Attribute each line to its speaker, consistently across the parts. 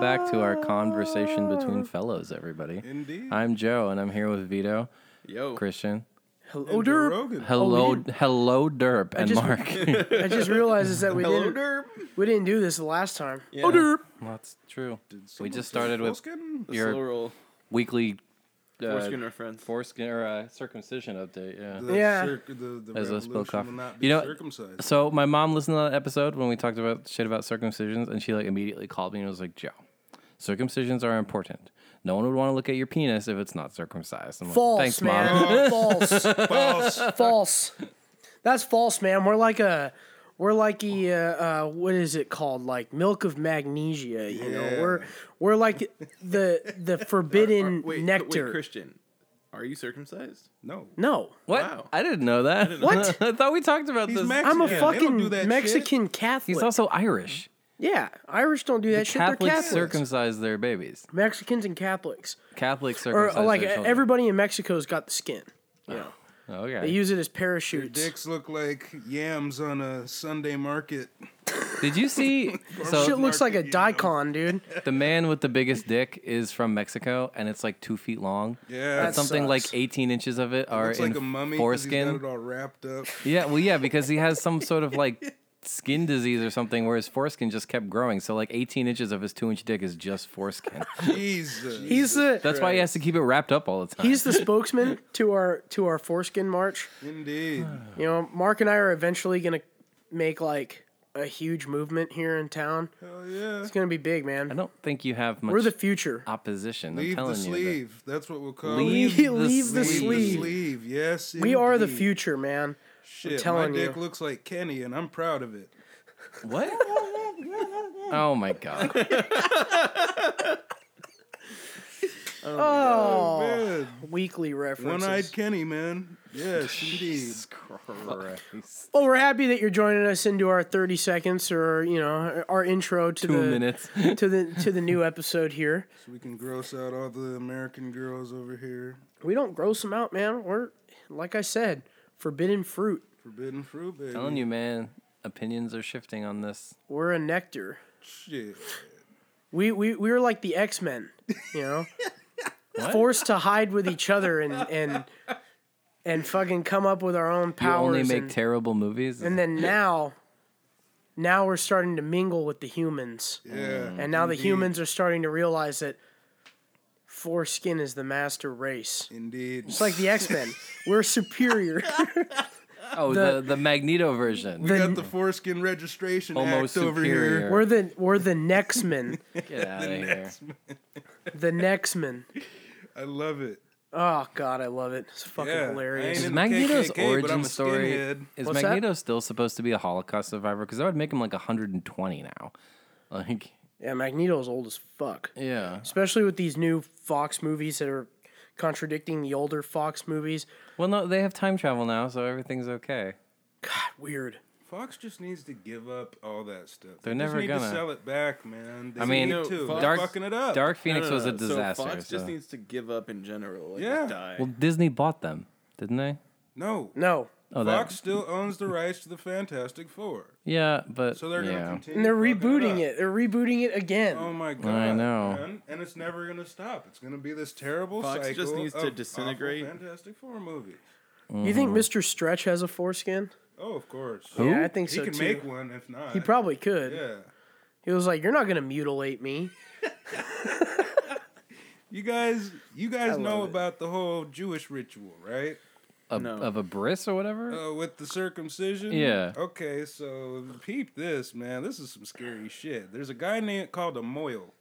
Speaker 1: back to our conversation between fellows, everybody.
Speaker 2: Indeed.
Speaker 1: I'm Joe, and I'm here with Vito,
Speaker 2: Yo.
Speaker 1: Christian.
Speaker 3: Hello,
Speaker 2: Joe
Speaker 3: Oh, Derp.
Speaker 2: Rogan.
Speaker 1: Hello,
Speaker 3: Oh, didn't-
Speaker 1: hello, Derp, and
Speaker 3: just-
Speaker 1: Mark.
Speaker 3: I just realized is that we
Speaker 2: Hello,
Speaker 3: didn't
Speaker 2: Derp.
Speaker 3: we didn't do this the last time.
Speaker 2: Oh, Derp.
Speaker 1: That's true. We
Speaker 2: someone
Speaker 1: just
Speaker 2: say
Speaker 1: started with
Speaker 2: foreskin?
Speaker 4: Your slow
Speaker 1: your
Speaker 4: roll.
Speaker 1: weekly uh,
Speaker 4: Foreskin or friends.
Speaker 1: foreskin or uh, circumcision update. Yeah.
Speaker 2: The
Speaker 3: Yeah.
Speaker 2: circ- the, the
Speaker 1: As I
Speaker 2: revolution
Speaker 1: spoke off.
Speaker 2: will not be
Speaker 1: You know,
Speaker 2: circumcised.
Speaker 1: So my mom listened to that episode when we talked about shit about circumcisions, and she like immediately called me and was like, "Joe, circumcisions are important. No one would want to look at your penis if it's not circumcised." I'm like,
Speaker 3: False,
Speaker 1: Thanks, mom.
Speaker 3: man. false.
Speaker 2: False.
Speaker 3: False. That's false, man. We're like a we're like a uh, uh, what is it called? Like milk of magnesia, you know.
Speaker 2: Yeah.
Speaker 3: We're we're like the the forbidden
Speaker 4: Wait,
Speaker 3: nectar.
Speaker 4: wait, Christian, are you circumcised?
Speaker 2: No.
Speaker 3: no.
Speaker 1: What?
Speaker 4: Wow.
Speaker 1: I didn't know that.
Speaker 3: What?
Speaker 1: I thought we talked about
Speaker 2: He's
Speaker 1: this.
Speaker 2: Mexican.
Speaker 3: I'm a
Speaker 2: Yeah, they don't
Speaker 3: fucking
Speaker 2: do that shit.
Speaker 3: Mexican Catholic.
Speaker 1: He's also Irish.
Speaker 3: yeah, Irish don't do that shit. They're
Speaker 1: Catholics
Speaker 3: Catholics.
Speaker 1: circumcise their babies.
Speaker 3: Mexicans and Catholics.
Speaker 1: Catholics
Speaker 3: Or
Speaker 1: circumcise
Speaker 3: uh, like
Speaker 1: their children.
Speaker 3: everybody in Mexico's got the skin.
Speaker 2: Oh,
Speaker 3: Yeah. They
Speaker 1: Okay.
Speaker 3: use it as parachutes.
Speaker 2: Dicks look like yams on a Sunday market.
Speaker 1: Did you see?
Speaker 3: Shit
Speaker 1: so
Speaker 3: looks like a daikon, dude.
Speaker 1: the man with the biggest dick is from Mexico, and it's like two feet long.
Speaker 2: Yeah.
Speaker 1: And
Speaker 3: That's-
Speaker 1: something
Speaker 3: sucks.
Speaker 1: like 18 inches of it are
Speaker 2: It's like
Speaker 1: in
Speaker 2: a mummy. 'cause he's
Speaker 1: foreskin.
Speaker 2: got it all wrapped up.
Speaker 1: Yeah, well, yeah, because he has some sort of like skin disease or something where his foreskin just kept growing. So like 18 inches of his two inch dick is just foreskin.
Speaker 2: Jesus.
Speaker 3: He's the
Speaker 1: That's why he has to keep it wrapped up all the time.
Speaker 3: he's the spokesman to our to our foreskin march.
Speaker 2: Indeed.
Speaker 3: You know, Mark and I are eventually gonna make like a huge movement here in town.
Speaker 2: Hell yeah.
Speaker 3: It's gonna be big,
Speaker 1: I
Speaker 3: man.
Speaker 1: don't think you have much
Speaker 3: We're the future.
Speaker 1: opposition. I'm
Speaker 2: Leave the
Speaker 1: telling you.
Speaker 2: sleeve. That's what we'll call
Speaker 1: that-
Speaker 2: it.
Speaker 3: Leave the sleeve.
Speaker 2: sleeve. Yes.
Speaker 3: We are the
Speaker 2: indeed.
Speaker 3: future, man.
Speaker 2: Shit,
Speaker 3: telling
Speaker 2: my
Speaker 3: you.
Speaker 2: dick looks like Kenny, and I'm proud of it.
Speaker 1: What? oh my god.
Speaker 3: Oh,
Speaker 2: Man,
Speaker 3: weekly references.
Speaker 2: one-eyed Kenny, man. Yes, indeed.
Speaker 1: Christ.
Speaker 3: Well, we're happy that you're joining us into our 30 seconds or you know our intro to
Speaker 1: Two
Speaker 3: the
Speaker 1: minutes.
Speaker 3: to the to the new episode here.
Speaker 2: So we can gross out all the American girls over here.
Speaker 3: We don't gross them out, man. We're like I said, forbidden fruit.
Speaker 2: Forbidden fruit, baby.
Speaker 1: telling you, man. Opinions are shifting on this.
Speaker 3: We're a nectar.
Speaker 2: Shit.
Speaker 3: We we we were like the X Men, you know,
Speaker 1: What?
Speaker 3: forced to hide with each other and and and fucking come up with our own
Speaker 1: You
Speaker 3: powers.
Speaker 1: only make
Speaker 3: and,
Speaker 1: terrible movies.
Speaker 3: and then now, now we're starting to mingle with the humans,
Speaker 2: Yeah.
Speaker 3: and now
Speaker 1: Mm-hmm.
Speaker 3: the
Speaker 2: indeed.
Speaker 3: humans are starting to realize that foreskin is the master race.
Speaker 2: Indeed.
Speaker 3: It's like the X Men. we're superior.
Speaker 1: oh, the, the Magneto version.
Speaker 2: we got the foreskin registration
Speaker 1: Homo
Speaker 2: act over
Speaker 1: superior.
Speaker 2: here.
Speaker 3: we're the we're the next men.
Speaker 1: Get out of here.
Speaker 3: The next men.
Speaker 2: I love it.
Speaker 3: Oh God, I love it. It's fucking
Speaker 2: Yeah, I
Speaker 3: hilarious.
Speaker 2: ain't
Speaker 1: Is
Speaker 2: in the
Speaker 1: Magneto's
Speaker 2: KKK, but I'm
Speaker 1: origin
Speaker 2: a
Speaker 1: story
Speaker 2: skinhead.
Speaker 1: is
Speaker 3: What's that?
Speaker 1: Magneto still supposed to be a Holocaust survivor? Because that would make him like 120 now. Like,
Speaker 3: Yeah, Magneto's old as fuck.
Speaker 1: yeah.
Speaker 3: Especially with these new Fox movies that are contradicting the older Fox movies.
Speaker 1: Well, no, they have time travel now, so everything's okay.
Speaker 3: Weird.
Speaker 2: Fox just needs to give up all that stuff.
Speaker 1: They're
Speaker 2: They just
Speaker 1: never
Speaker 2: need
Speaker 1: gonna.
Speaker 2: to sell it back, man. They
Speaker 1: I mean,
Speaker 2: need
Speaker 4: No,
Speaker 2: to.
Speaker 4: Fox-
Speaker 2: They're
Speaker 1: Dark-
Speaker 2: fucking it up.
Speaker 1: Dark Phoenix
Speaker 4: No, no,
Speaker 1: was a
Speaker 4: no. So
Speaker 1: disaster. So
Speaker 4: Fox just needs to give up in general. Like,
Speaker 2: Yeah.
Speaker 4: just die.
Speaker 1: well, Disney bought them, didn't they?
Speaker 2: No.
Speaker 3: No.
Speaker 1: Oh, that.
Speaker 2: Fox still owns the rights to the Fantastic Four,
Speaker 1: Yeah, but
Speaker 2: so they're gonna
Speaker 1: yeah.
Speaker 2: continue.
Speaker 3: And they're
Speaker 2: fucking
Speaker 3: rebooting
Speaker 2: up.
Speaker 3: it. They're rebooting it again.
Speaker 2: Oh my god!
Speaker 1: know.
Speaker 2: man. and it's never gonna stop. It's gonna be this terrible
Speaker 4: Fox
Speaker 2: cycle.
Speaker 4: just needs to
Speaker 2: of awful
Speaker 4: disintegrate.
Speaker 2: Fantastic Four movie.
Speaker 3: You think Mr. Stretch has a foreskin?
Speaker 2: Oh, of course.
Speaker 3: Yeah, I think
Speaker 2: He
Speaker 3: so
Speaker 2: can
Speaker 3: too.
Speaker 2: make one if not.
Speaker 3: he probably could.
Speaker 2: Yeah.
Speaker 3: He was like, "You're not gonna mutilate me."
Speaker 2: You guys, you guys know
Speaker 3: love it.
Speaker 2: about the whole Jewish ritual, right?
Speaker 1: A-
Speaker 4: No.
Speaker 1: Of a bris or whatever?
Speaker 2: Uh, with the circumcision.
Speaker 1: Yeah.
Speaker 2: Okay, so peep this, man. This is some scary shit. There's a guy named called a moil.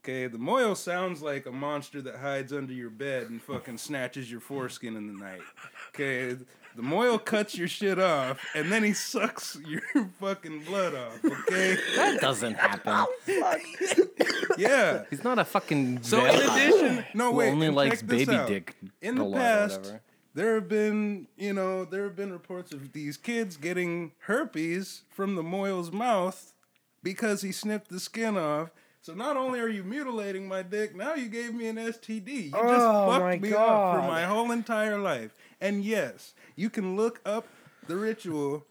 Speaker 2: Okay, the moil sounds like a monster that hides under your bed and fucking snatches your foreskin in the night. Okay, the moil cuts your shit off and then he sucks your fucking blood off. Okay,
Speaker 1: that doesn't happen.
Speaker 2: yeah.
Speaker 1: He's not a fucking.
Speaker 2: So in
Speaker 1: vampire
Speaker 2: addition, no
Speaker 1: who
Speaker 2: wait,
Speaker 1: only
Speaker 2: and
Speaker 1: likes
Speaker 2: check this
Speaker 1: baby
Speaker 2: out.
Speaker 1: dick.
Speaker 2: in the
Speaker 1: blood or
Speaker 2: past
Speaker 1: whatever.
Speaker 2: there have been you know there have been reports of these kids getting herpes from the moil's mouth because he snipped the skin off so not only are you mutilating my dick now you gave me an std you just
Speaker 3: Oh, my
Speaker 2: fucked me up for
Speaker 3: God.
Speaker 2: my whole entire life and yes you can look up the ritual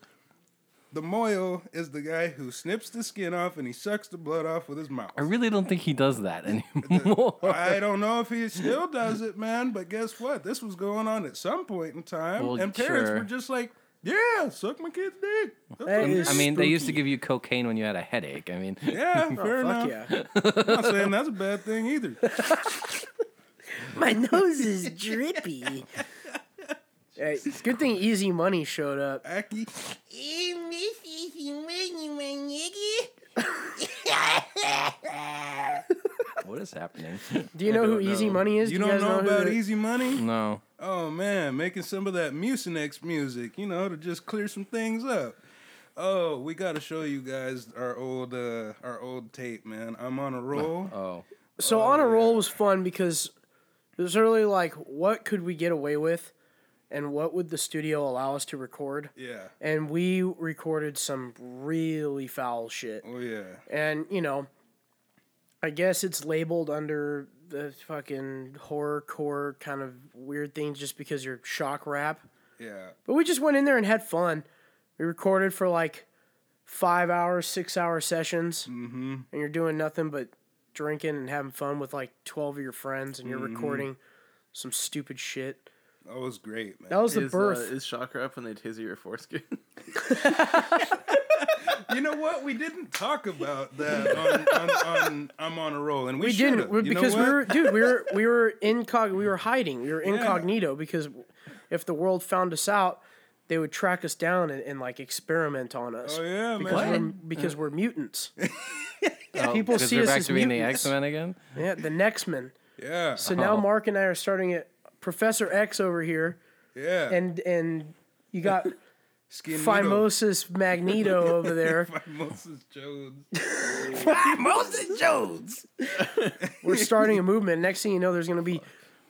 Speaker 2: The moil is the guy who snips the skin off and he sucks the blood off with his mouth.
Speaker 1: I really don't think he does that anymore.
Speaker 2: I don't know if he still does it, man, but guess what? This was going on at some point in time.
Speaker 1: Well,
Speaker 2: and parents
Speaker 1: sure.
Speaker 2: were just like, yeah, suck my kid's dick. That's
Speaker 3: That
Speaker 2: what-
Speaker 3: is
Speaker 1: I mean, they used to
Speaker 3: spooky.
Speaker 1: give you cocaine when you had a headache. I mean,
Speaker 2: yeah,
Speaker 3: Oh,
Speaker 2: fair
Speaker 3: Fuck
Speaker 2: enough.
Speaker 3: yeah.
Speaker 2: I'm not saying that's a bad thing either.
Speaker 3: My nose is drippy. Hey, good thing Easy Money showed up.
Speaker 2: Aki.
Speaker 1: what is happening?
Speaker 3: Do you know who
Speaker 4: don't
Speaker 3: Easy
Speaker 4: know.
Speaker 3: Money is?
Speaker 2: You
Speaker 3: Do
Speaker 2: don't
Speaker 3: guys
Speaker 2: know
Speaker 3: who
Speaker 2: about
Speaker 3: the-
Speaker 2: Easy Money?
Speaker 1: No.
Speaker 2: Oh man, making some of that Mucinex music, you know, to just clear some things up. Oh, we got to show you guys our old uh our old tape, man. I'm on a roll.
Speaker 1: Oh.
Speaker 3: So on a roll was fun because it was really like, what could we get away with, and what would the studio allow us to record?
Speaker 2: Yeah.
Speaker 3: And we recorded some really foul shit.
Speaker 2: Oh yeah.
Speaker 3: And you know, I guess it's labeled under the fucking horrorcore kind of weird thing just because you're shock rap.
Speaker 2: Yeah.
Speaker 3: But we just went in there and had fun. We recorded for like five hour, six hour sessions, mm-hmm. and you're doing nothing but drinking and having fun with like 12 of your friends, and you're
Speaker 2: Mm-hmm.
Speaker 3: recording some stupid shit.
Speaker 2: That was great, man.
Speaker 3: That was the
Speaker 4: is,
Speaker 3: birth.
Speaker 4: Uh, is shock rap when they taser your foreskin?
Speaker 2: You know what? We didn't talk about that on, on, on I'm on a roll, and we,
Speaker 3: we
Speaker 2: should've.
Speaker 3: didn't we-
Speaker 2: You know
Speaker 3: because we
Speaker 2: what?
Speaker 3: were dude we were we were incog we were hiding we were incognito because if the world found us out they would track us down and, and like experiment on us
Speaker 2: Oh yeah,
Speaker 3: because
Speaker 2: man.
Speaker 3: we're because we're mutants
Speaker 1: Oh,
Speaker 3: People
Speaker 1: because
Speaker 3: see
Speaker 1: they're
Speaker 3: us
Speaker 1: back
Speaker 3: as
Speaker 1: to being the
Speaker 3: mutants.
Speaker 1: X Men again.
Speaker 3: yeah the next men
Speaker 2: Yeah.
Speaker 3: So now
Speaker 1: Oh.
Speaker 3: Mark and I are starting at Professor X over here,
Speaker 2: yeah.
Speaker 3: and and you got
Speaker 2: Skin needle.
Speaker 3: Phimosis Magneto over there.
Speaker 2: Phimosis Jones.
Speaker 1: Moses Jones.
Speaker 3: We're starting a movement. Next thing you know, there's gonna be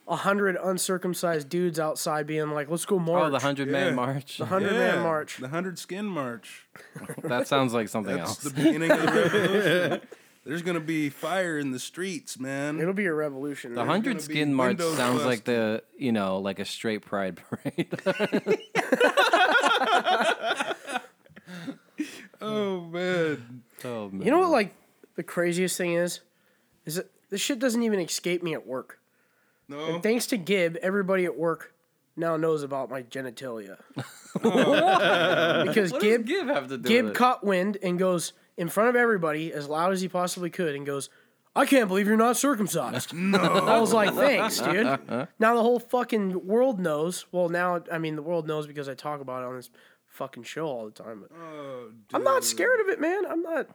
Speaker 3: a hundred uncircumcised dudes outside being like, "Let's go march."
Speaker 1: Oh, the Hundred
Speaker 2: Yeah.
Speaker 1: Man March.
Speaker 3: hundred man march.
Speaker 2: The hundred skin march.
Speaker 1: That sounds like something
Speaker 2: That's
Speaker 1: else.
Speaker 2: the beginning of the revolution. There's gonna be fire in the streets, man.
Speaker 3: It'll be a revolution.
Speaker 1: The
Speaker 3: man.
Speaker 1: hundred
Speaker 2: gonna be
Speaker 1: skin march
Speaker 2: windows
Speaker 1: sounds like the you know like a straight pride parade.
Speaker 2: oh man.
Speaker 1: oh man.
Speaker 3: you know what? Like the craziest thing is, is that this shit doesn't even escape me at work.
Speaker 2: No. uh,
Speaker 3: Thanks to Gib, everybody at work now knows about my genitalia because
Speaker 1: what
Speaker 3: Gib
Speaker 1: does Gib have to do
Speaker 3: Gib
Speaker 1: with it?
Speaker 3: caught wind and goes in front of everybody as loud as he possibly could and goes, I can't believe you're not circumcised. No. I was like, thanks, dude. Now the whole fucking world knows. Well, now, I mean, the world knows because I talk about it on this fucking show all the time. But
Speaker 2: Oh,
Speaker 3: I'm not scared of it, man. I'm not.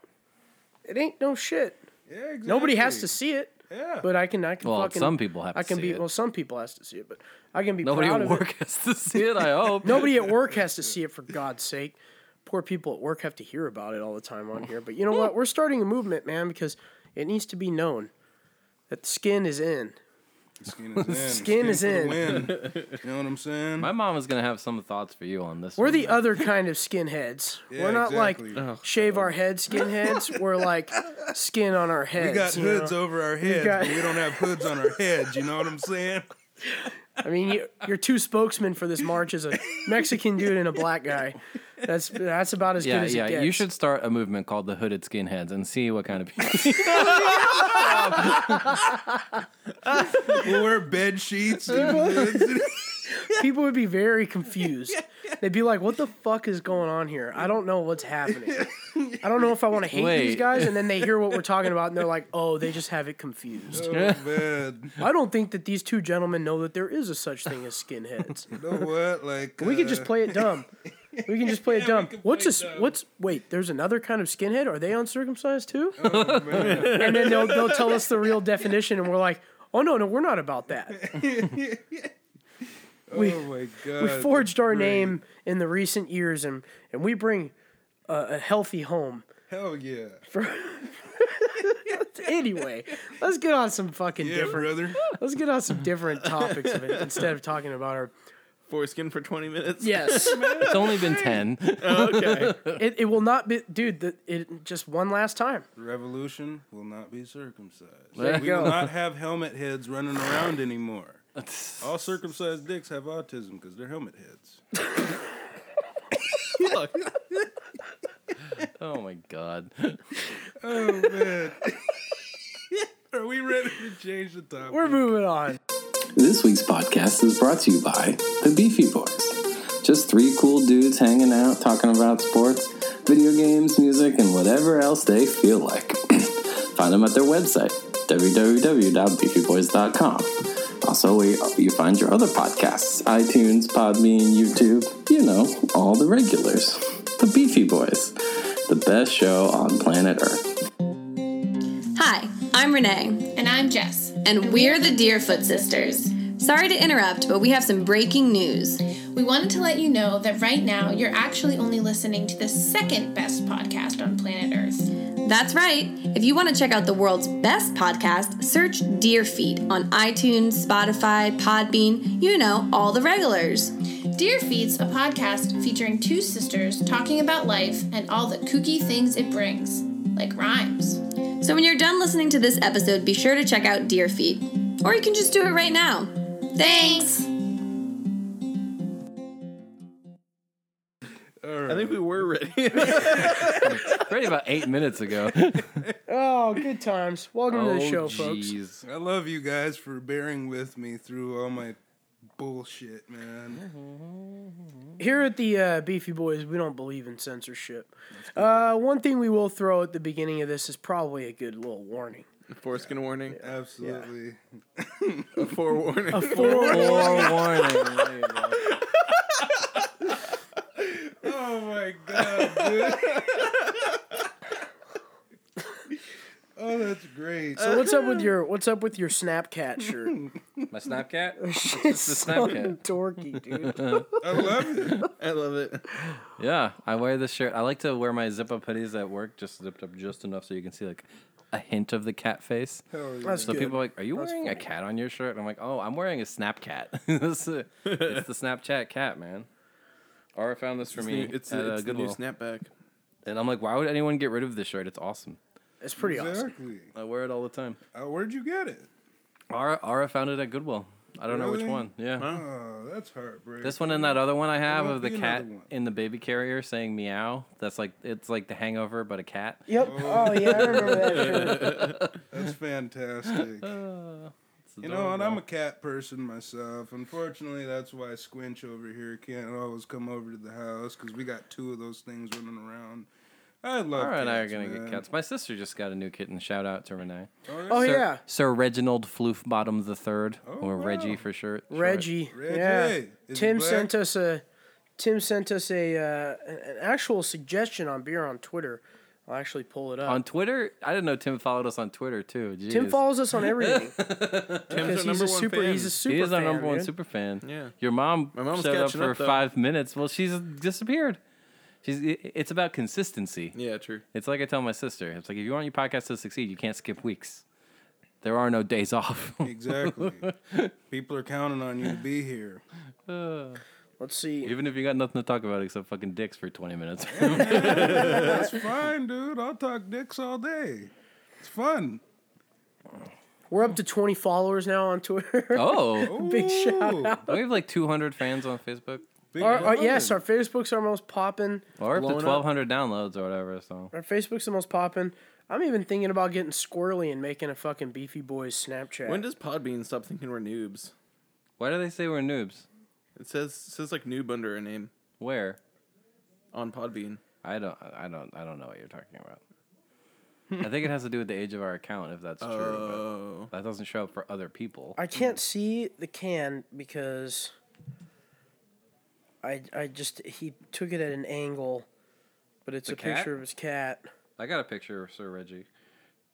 Speaker 3: It ain't no shit.
Speaker 2: dude. Yeah, exactly.
Speaker 3: Nobody has to see it,
Speaker 2: Yeah.
Speaker 3: but I can. I can
Speaker 1: Well,
Speaker 3: fucking.
Speaker 1: some people have
Speaker 3: I
Speaker 1: to
Speaker 3: can
Speaker 1: see
Speaker 3: be.
Speaker 1: it.
Speaker 3: Well, some people has to see it, but I can be
Speaker 1: Nobody
Speaker 3: proud
Speaker 1: at
Speaker 3: of it.
Speaker 1: work has to see it. I hope.
Speaker 3: Nobody at work has to see it for God's sake. Poor people at work have to hear about it all the time on here. But you know what? We're starting a movement, man, because it needs to be known that the skin is in.
Speaker 2: Skin is in.
Speaker 3: Skin is
Speaker 2: for
Speaker 3: in.
Speaker 2: the win. You know what I'm saying?
Speaker 1: My mom is gonna have some thoughts for you on this.
Speaker 3: We're
Speaker 1: one.
Speaker 3: the other kind of skinheads.
Speaker 2: Yeah,
Speaker 3: We're not
Speaker 2: exactly.
Speaker 1: Oh,
Speaker 3: like shave our head skinheads. We're like skin on our heads.
Speaker 2: we got
Speaker 3: you know?
Speaker 2: hoods over our heads,
Speaker 3: got-
Speaker 2: but we don't have hoods on our heads. You know what I'm saying?
Speaker 3: I mean, you, your two spokesmen for this march is a Mexican dude and a black guy. That's that's about as
Speaker 1: Yeah,
Speaker 3: good as
Speaker 1: yeah.
Speaker 3: it gets.
Speaker 1: You should start a movement called the Hooded Skinheads and see what kind of people.
Speaker 2: We'll wear bed sheets. And hoods.
Speaker 3: people would be very confused. They'd be like, "What the fuck is going on here? I don't know what's happening. I don't know if I want to hate these
Speaker 1: Wait.
Speaker 3: guys." And then they hear what we're talking about, and they're like, "Oh, they just have it confused."
Speaker 2: oh man,
Speaker 3: I don't think that these two gentlemen know that there is a such thing as skinheads.
Speaker 2: you know what? Like
Speaker 3: We could
Speaker 2: uh,
Speaker 3: just play it dumb. We can just play it
Speaker 2: Yeah, we
Speaker 3: dumb.
Speaker 2: can
Speaker 3: What's
Speaker 2: play
Speaker 3: this?
Speaker 2: dumb.
Speaker 3: What's wait? There's another kind of skinhead. Are they uncircumcised too?
Speaker 2: oh, man.
Speaker 3: And then they'll they'll tell us the real definition, and we're like, "Oh no, no, we're not about that."
Speaker 2: oh my god.
Speaker 3: we forged our name in the recent years, and and we bring uh, a healthy home.
Speaker 2: Hell yeah.
Speaker 3: Anyway, let's get on some fucking
Speaker 2: Yeah,
Speaker 3: different.
Speaker 2: brother.
Speaker 3: Let's get on some different topics of it instead of talking about our.
Speaker 4: foreskin for 20 minutes?
Speaker 3: Yes,
Speaker 1: it's only been ten.
Speaker 4: okay.
Speaker 3: it, it will not be, dude. The, it just one last time.
Speaker 2: The revolution will not be circumcised.
Speaker 1: There you
Speaker 2: we
Speaker 3: go.
Speaker 2: will not have helmet heads running around anymore. All circumcised dicks have autism because they're helmet heads.
Speaker 4: fuck?
Speaker 1: Oh my god.
Speaker 2: Oh man. Are we ready to change the topic?
Speaker 3: We're moving on.
Speaker 5: This week's podcast is brought to you by the Beefy Boys. Just three cool dudes hanging out, talking about sports, video games, music, and whatever else they feel like. find them at their website, www.beefyboys.com. Also, where you find your other podcasts iTunes, Podbean, YouTube, you know, all the regulars. The Beefy Boys, the best show on planet Earth.
Speaker 6: Hi, I'm Renee,
Speaker 7: And I'm Jess.
Speaker 6: and we're the Deerfoot Sisters. Sorry to interrupt, but we have some breaking news.
Speaker 7: We wanted to let you know that right now you're actually only listening to the second best podcast on planet Earth.
Speaker 6: That's right. If you want to check out the world's best podcast, search Deerfeet on iTunes, Spotify, Podbean, you know, all the regulars.
Speaker 7: Dear Feet's a podcast featuring two sisters talking about life and all the kooky things it brings, like rhymes.
Speaker 6: So when you're done listening to this episode, be sure to check out Deerfeet. Or you can just do it right now. Thanks.
Speaker 4: I think we were ready.
Speaker 1: Right about eight minutes ago.
Speaker 3: Oh, good times. Welcome to the show, folks.
Speaker 1: Oh, jeez.
Speaker 2: I love you guys for bearing with me through all my bullshit, man.
Speaker 3: Here at the uh, Beefy Boys, we don't believe in censorship. Uh, one thing we will throw at the beginning of this is probably a good little warning.
Speaker 4: Foreskin warning.
Speaker 2: Absolutely.
Speaker 4: A forewarning.
Speaker 1: Forewarning. There you go.
Speaker 2: Oh my god, dude. oh, that's great.
Speaker 3: So what's up with your what's up with your Snapcat shirt?
Speaker 1: My Snapcat?
Speaker 3: It's
Speaker 1: the
Speaker 3: so
Speaker 1: Snapcat.
Speaker 3: dorky, dude.
Speaker 2: I love it.
Speaker 4: I love it.
Speaker 1: Yeah, I wear this shirt. I like to wear my zip up hoodies at work, just zipped up just enough so you can see like a hint of the cat face.
Speaker 2: Hell Oh, yeah.
Speaker 3: That's
Speaker 1: So
Speaker 3: good.
Speaker 1: people are like, "Are you wearing a cat on your shirt?" And I'm like, "Oh, I'm wearing a Snapcat. it's, a- it's the Snapchat cat, man." Ara found this for
Speaker 4: It's,
Speaker 1: me.
Speaker 4: new, it's,
Speaker 1: at,
Speaker 4: the-
Speaker 1: uh,
Speaker 4: it's the new
Speaker 1: Goodwill.
Speaker 4: snapback.
Speaker 1: and I'm like, "Why would anyone get rid of this shirt? It's awesome.
Speaker 3: It's pretty awesome.
Speaker 2: Exactly.
Speaker 1: I wear it all the time."
Speaker 2: Uh, where'd you get it?
Speaker 1: Ara, Ara found it at Goodwill. I don't know which
Speaker 2: Really?
Speaker 1: one. Yeah,
Speaker 2: Oh, that's heartbreaking.
Speaker 1: this one and that other one I have
Speaker 2: might
Speaker 1: of the
Speaker 2: be
Speaker 1: cat
Speaker 2: another one.
Speaker 1: in the baby carrier saying meow. That's like it's like The Hangover, but a cat.
Speaker 3: Yep. Oh yeah, I remember that shirt.
Speaker 2: That's fantastic.
Speaker 1: It's
Speaker 2: You know, and
Speaker 1: adorable.
Speaker 2: I'm a cat person myself. Unfortunately, that's why Squinch over here can't always come over to the house because we got two of those things running around. I love.
Speaker 1: All right,
Speaker 2: cats,
Speaker 1: I are gonna
Speaker 2: man.
Speaker 1: get cats. My sister just got a new kitten. Shout out to Renee.
Speaker 3: Oh
Speaker 1: Sir,
Speaker 3: yeah,
Speaker 1: Sir Reginald Floofbottom the Third, or
Speaker 2: wow.
Speaker 1: Reggie for short. short.
Speaker 3: Reggie.
Speaker 2: Reggie,
Speaker 3: Yeah.
Speaker 2: is he
Speaker 3: Tim
Speaker 2: black?
Speaker 3: sent us a Tim sent us a uh, an an actual suggestion on beer on Twitter. I'll actually pull it up.
Speaker 1: On Twitter, I didn't know Tim followed us on Twitter too. Jeez.
Speaker 3: Tim follows us on everything
Speaker 4: Tim's
Speaker 3: because
Speaker 4: our
Speaker 3: he's
Speaker 4: number
Speaker 3: a
Speaker 4: one
Speaker 3: super
Speaker 4: fan.
Speaker 3: he's a super
Speaker 1: He is our
Speaker 3: fan,
Speaker 1: number one
Speaker 3: dude.
Speaker 1: super fan.
Speaker 4: Yeah.
Speaker 1: Your mom
Speaker 4: My mom's
Speaker 1: showed up
Speaker 4: catching
Speaker 1: for
Speaker 4: up, though.
Speaker 1: five minutes. Well, she's disappeared. She's. It's about consistency.
Speaker 4: Yeah, true.
Speaker 1: It's like I tell my sister. It's like if you want your podcast to succeed, you can't skip weeks. There are no days off.
Speaker 2: Exactly. People are counting on you to be here.
Speaker 3: Let's see.
Speaker 1: Even if you got nothing to talk about except fucking dicks for twenty minutes.
Speaker 2: That's fine, dude. I'll talk dicks all day. It's fun.
Speaker 3: We're up to 20 followers now on Twitter.
Speaker 1: oh,
Speaker 3: Big shout.
Speaker 2: Ooh,
Speaker 1: Don't we have like two hundred fans on Facebook.
Speaker 2: big
Speaker 3: Our, our- yes,
Speaker 2: brother.
Speaker 3: our Facebook's our most popping.
Speaker 1: Or up to
Speaker 4: Blowing up.
Speaker 1: 1,200 downloads or whatever. So
Speaker 3: Our Facebook's the most popping. I'm even thinking about getting squirrely and making a fucking Beefy Boys Snapchat.
Speaker 4: When does Podbean stop thinking we're noobs?
Speaker 1: why do they say we're noobs?
Speaker 4: It says says like noob under a name
Speaker 1: Where?
Speaker 4: on Podbean.
Speaker 1: I don't. I don't. I don't know what you're talking about. I think it has to do with the age of our account, if that's true.
Speaker 4: Oh,
Speaker 1: But that doesn't show up for other people.
Speaker 3: I can't see the can because I I just he took it at an angle, but it's
Speaker 1: The
Speaker 3: a picture
Speaker 1: cat?
Speaker 3: of his cat.
Speaker 1: I got a picture of Sir Reggie.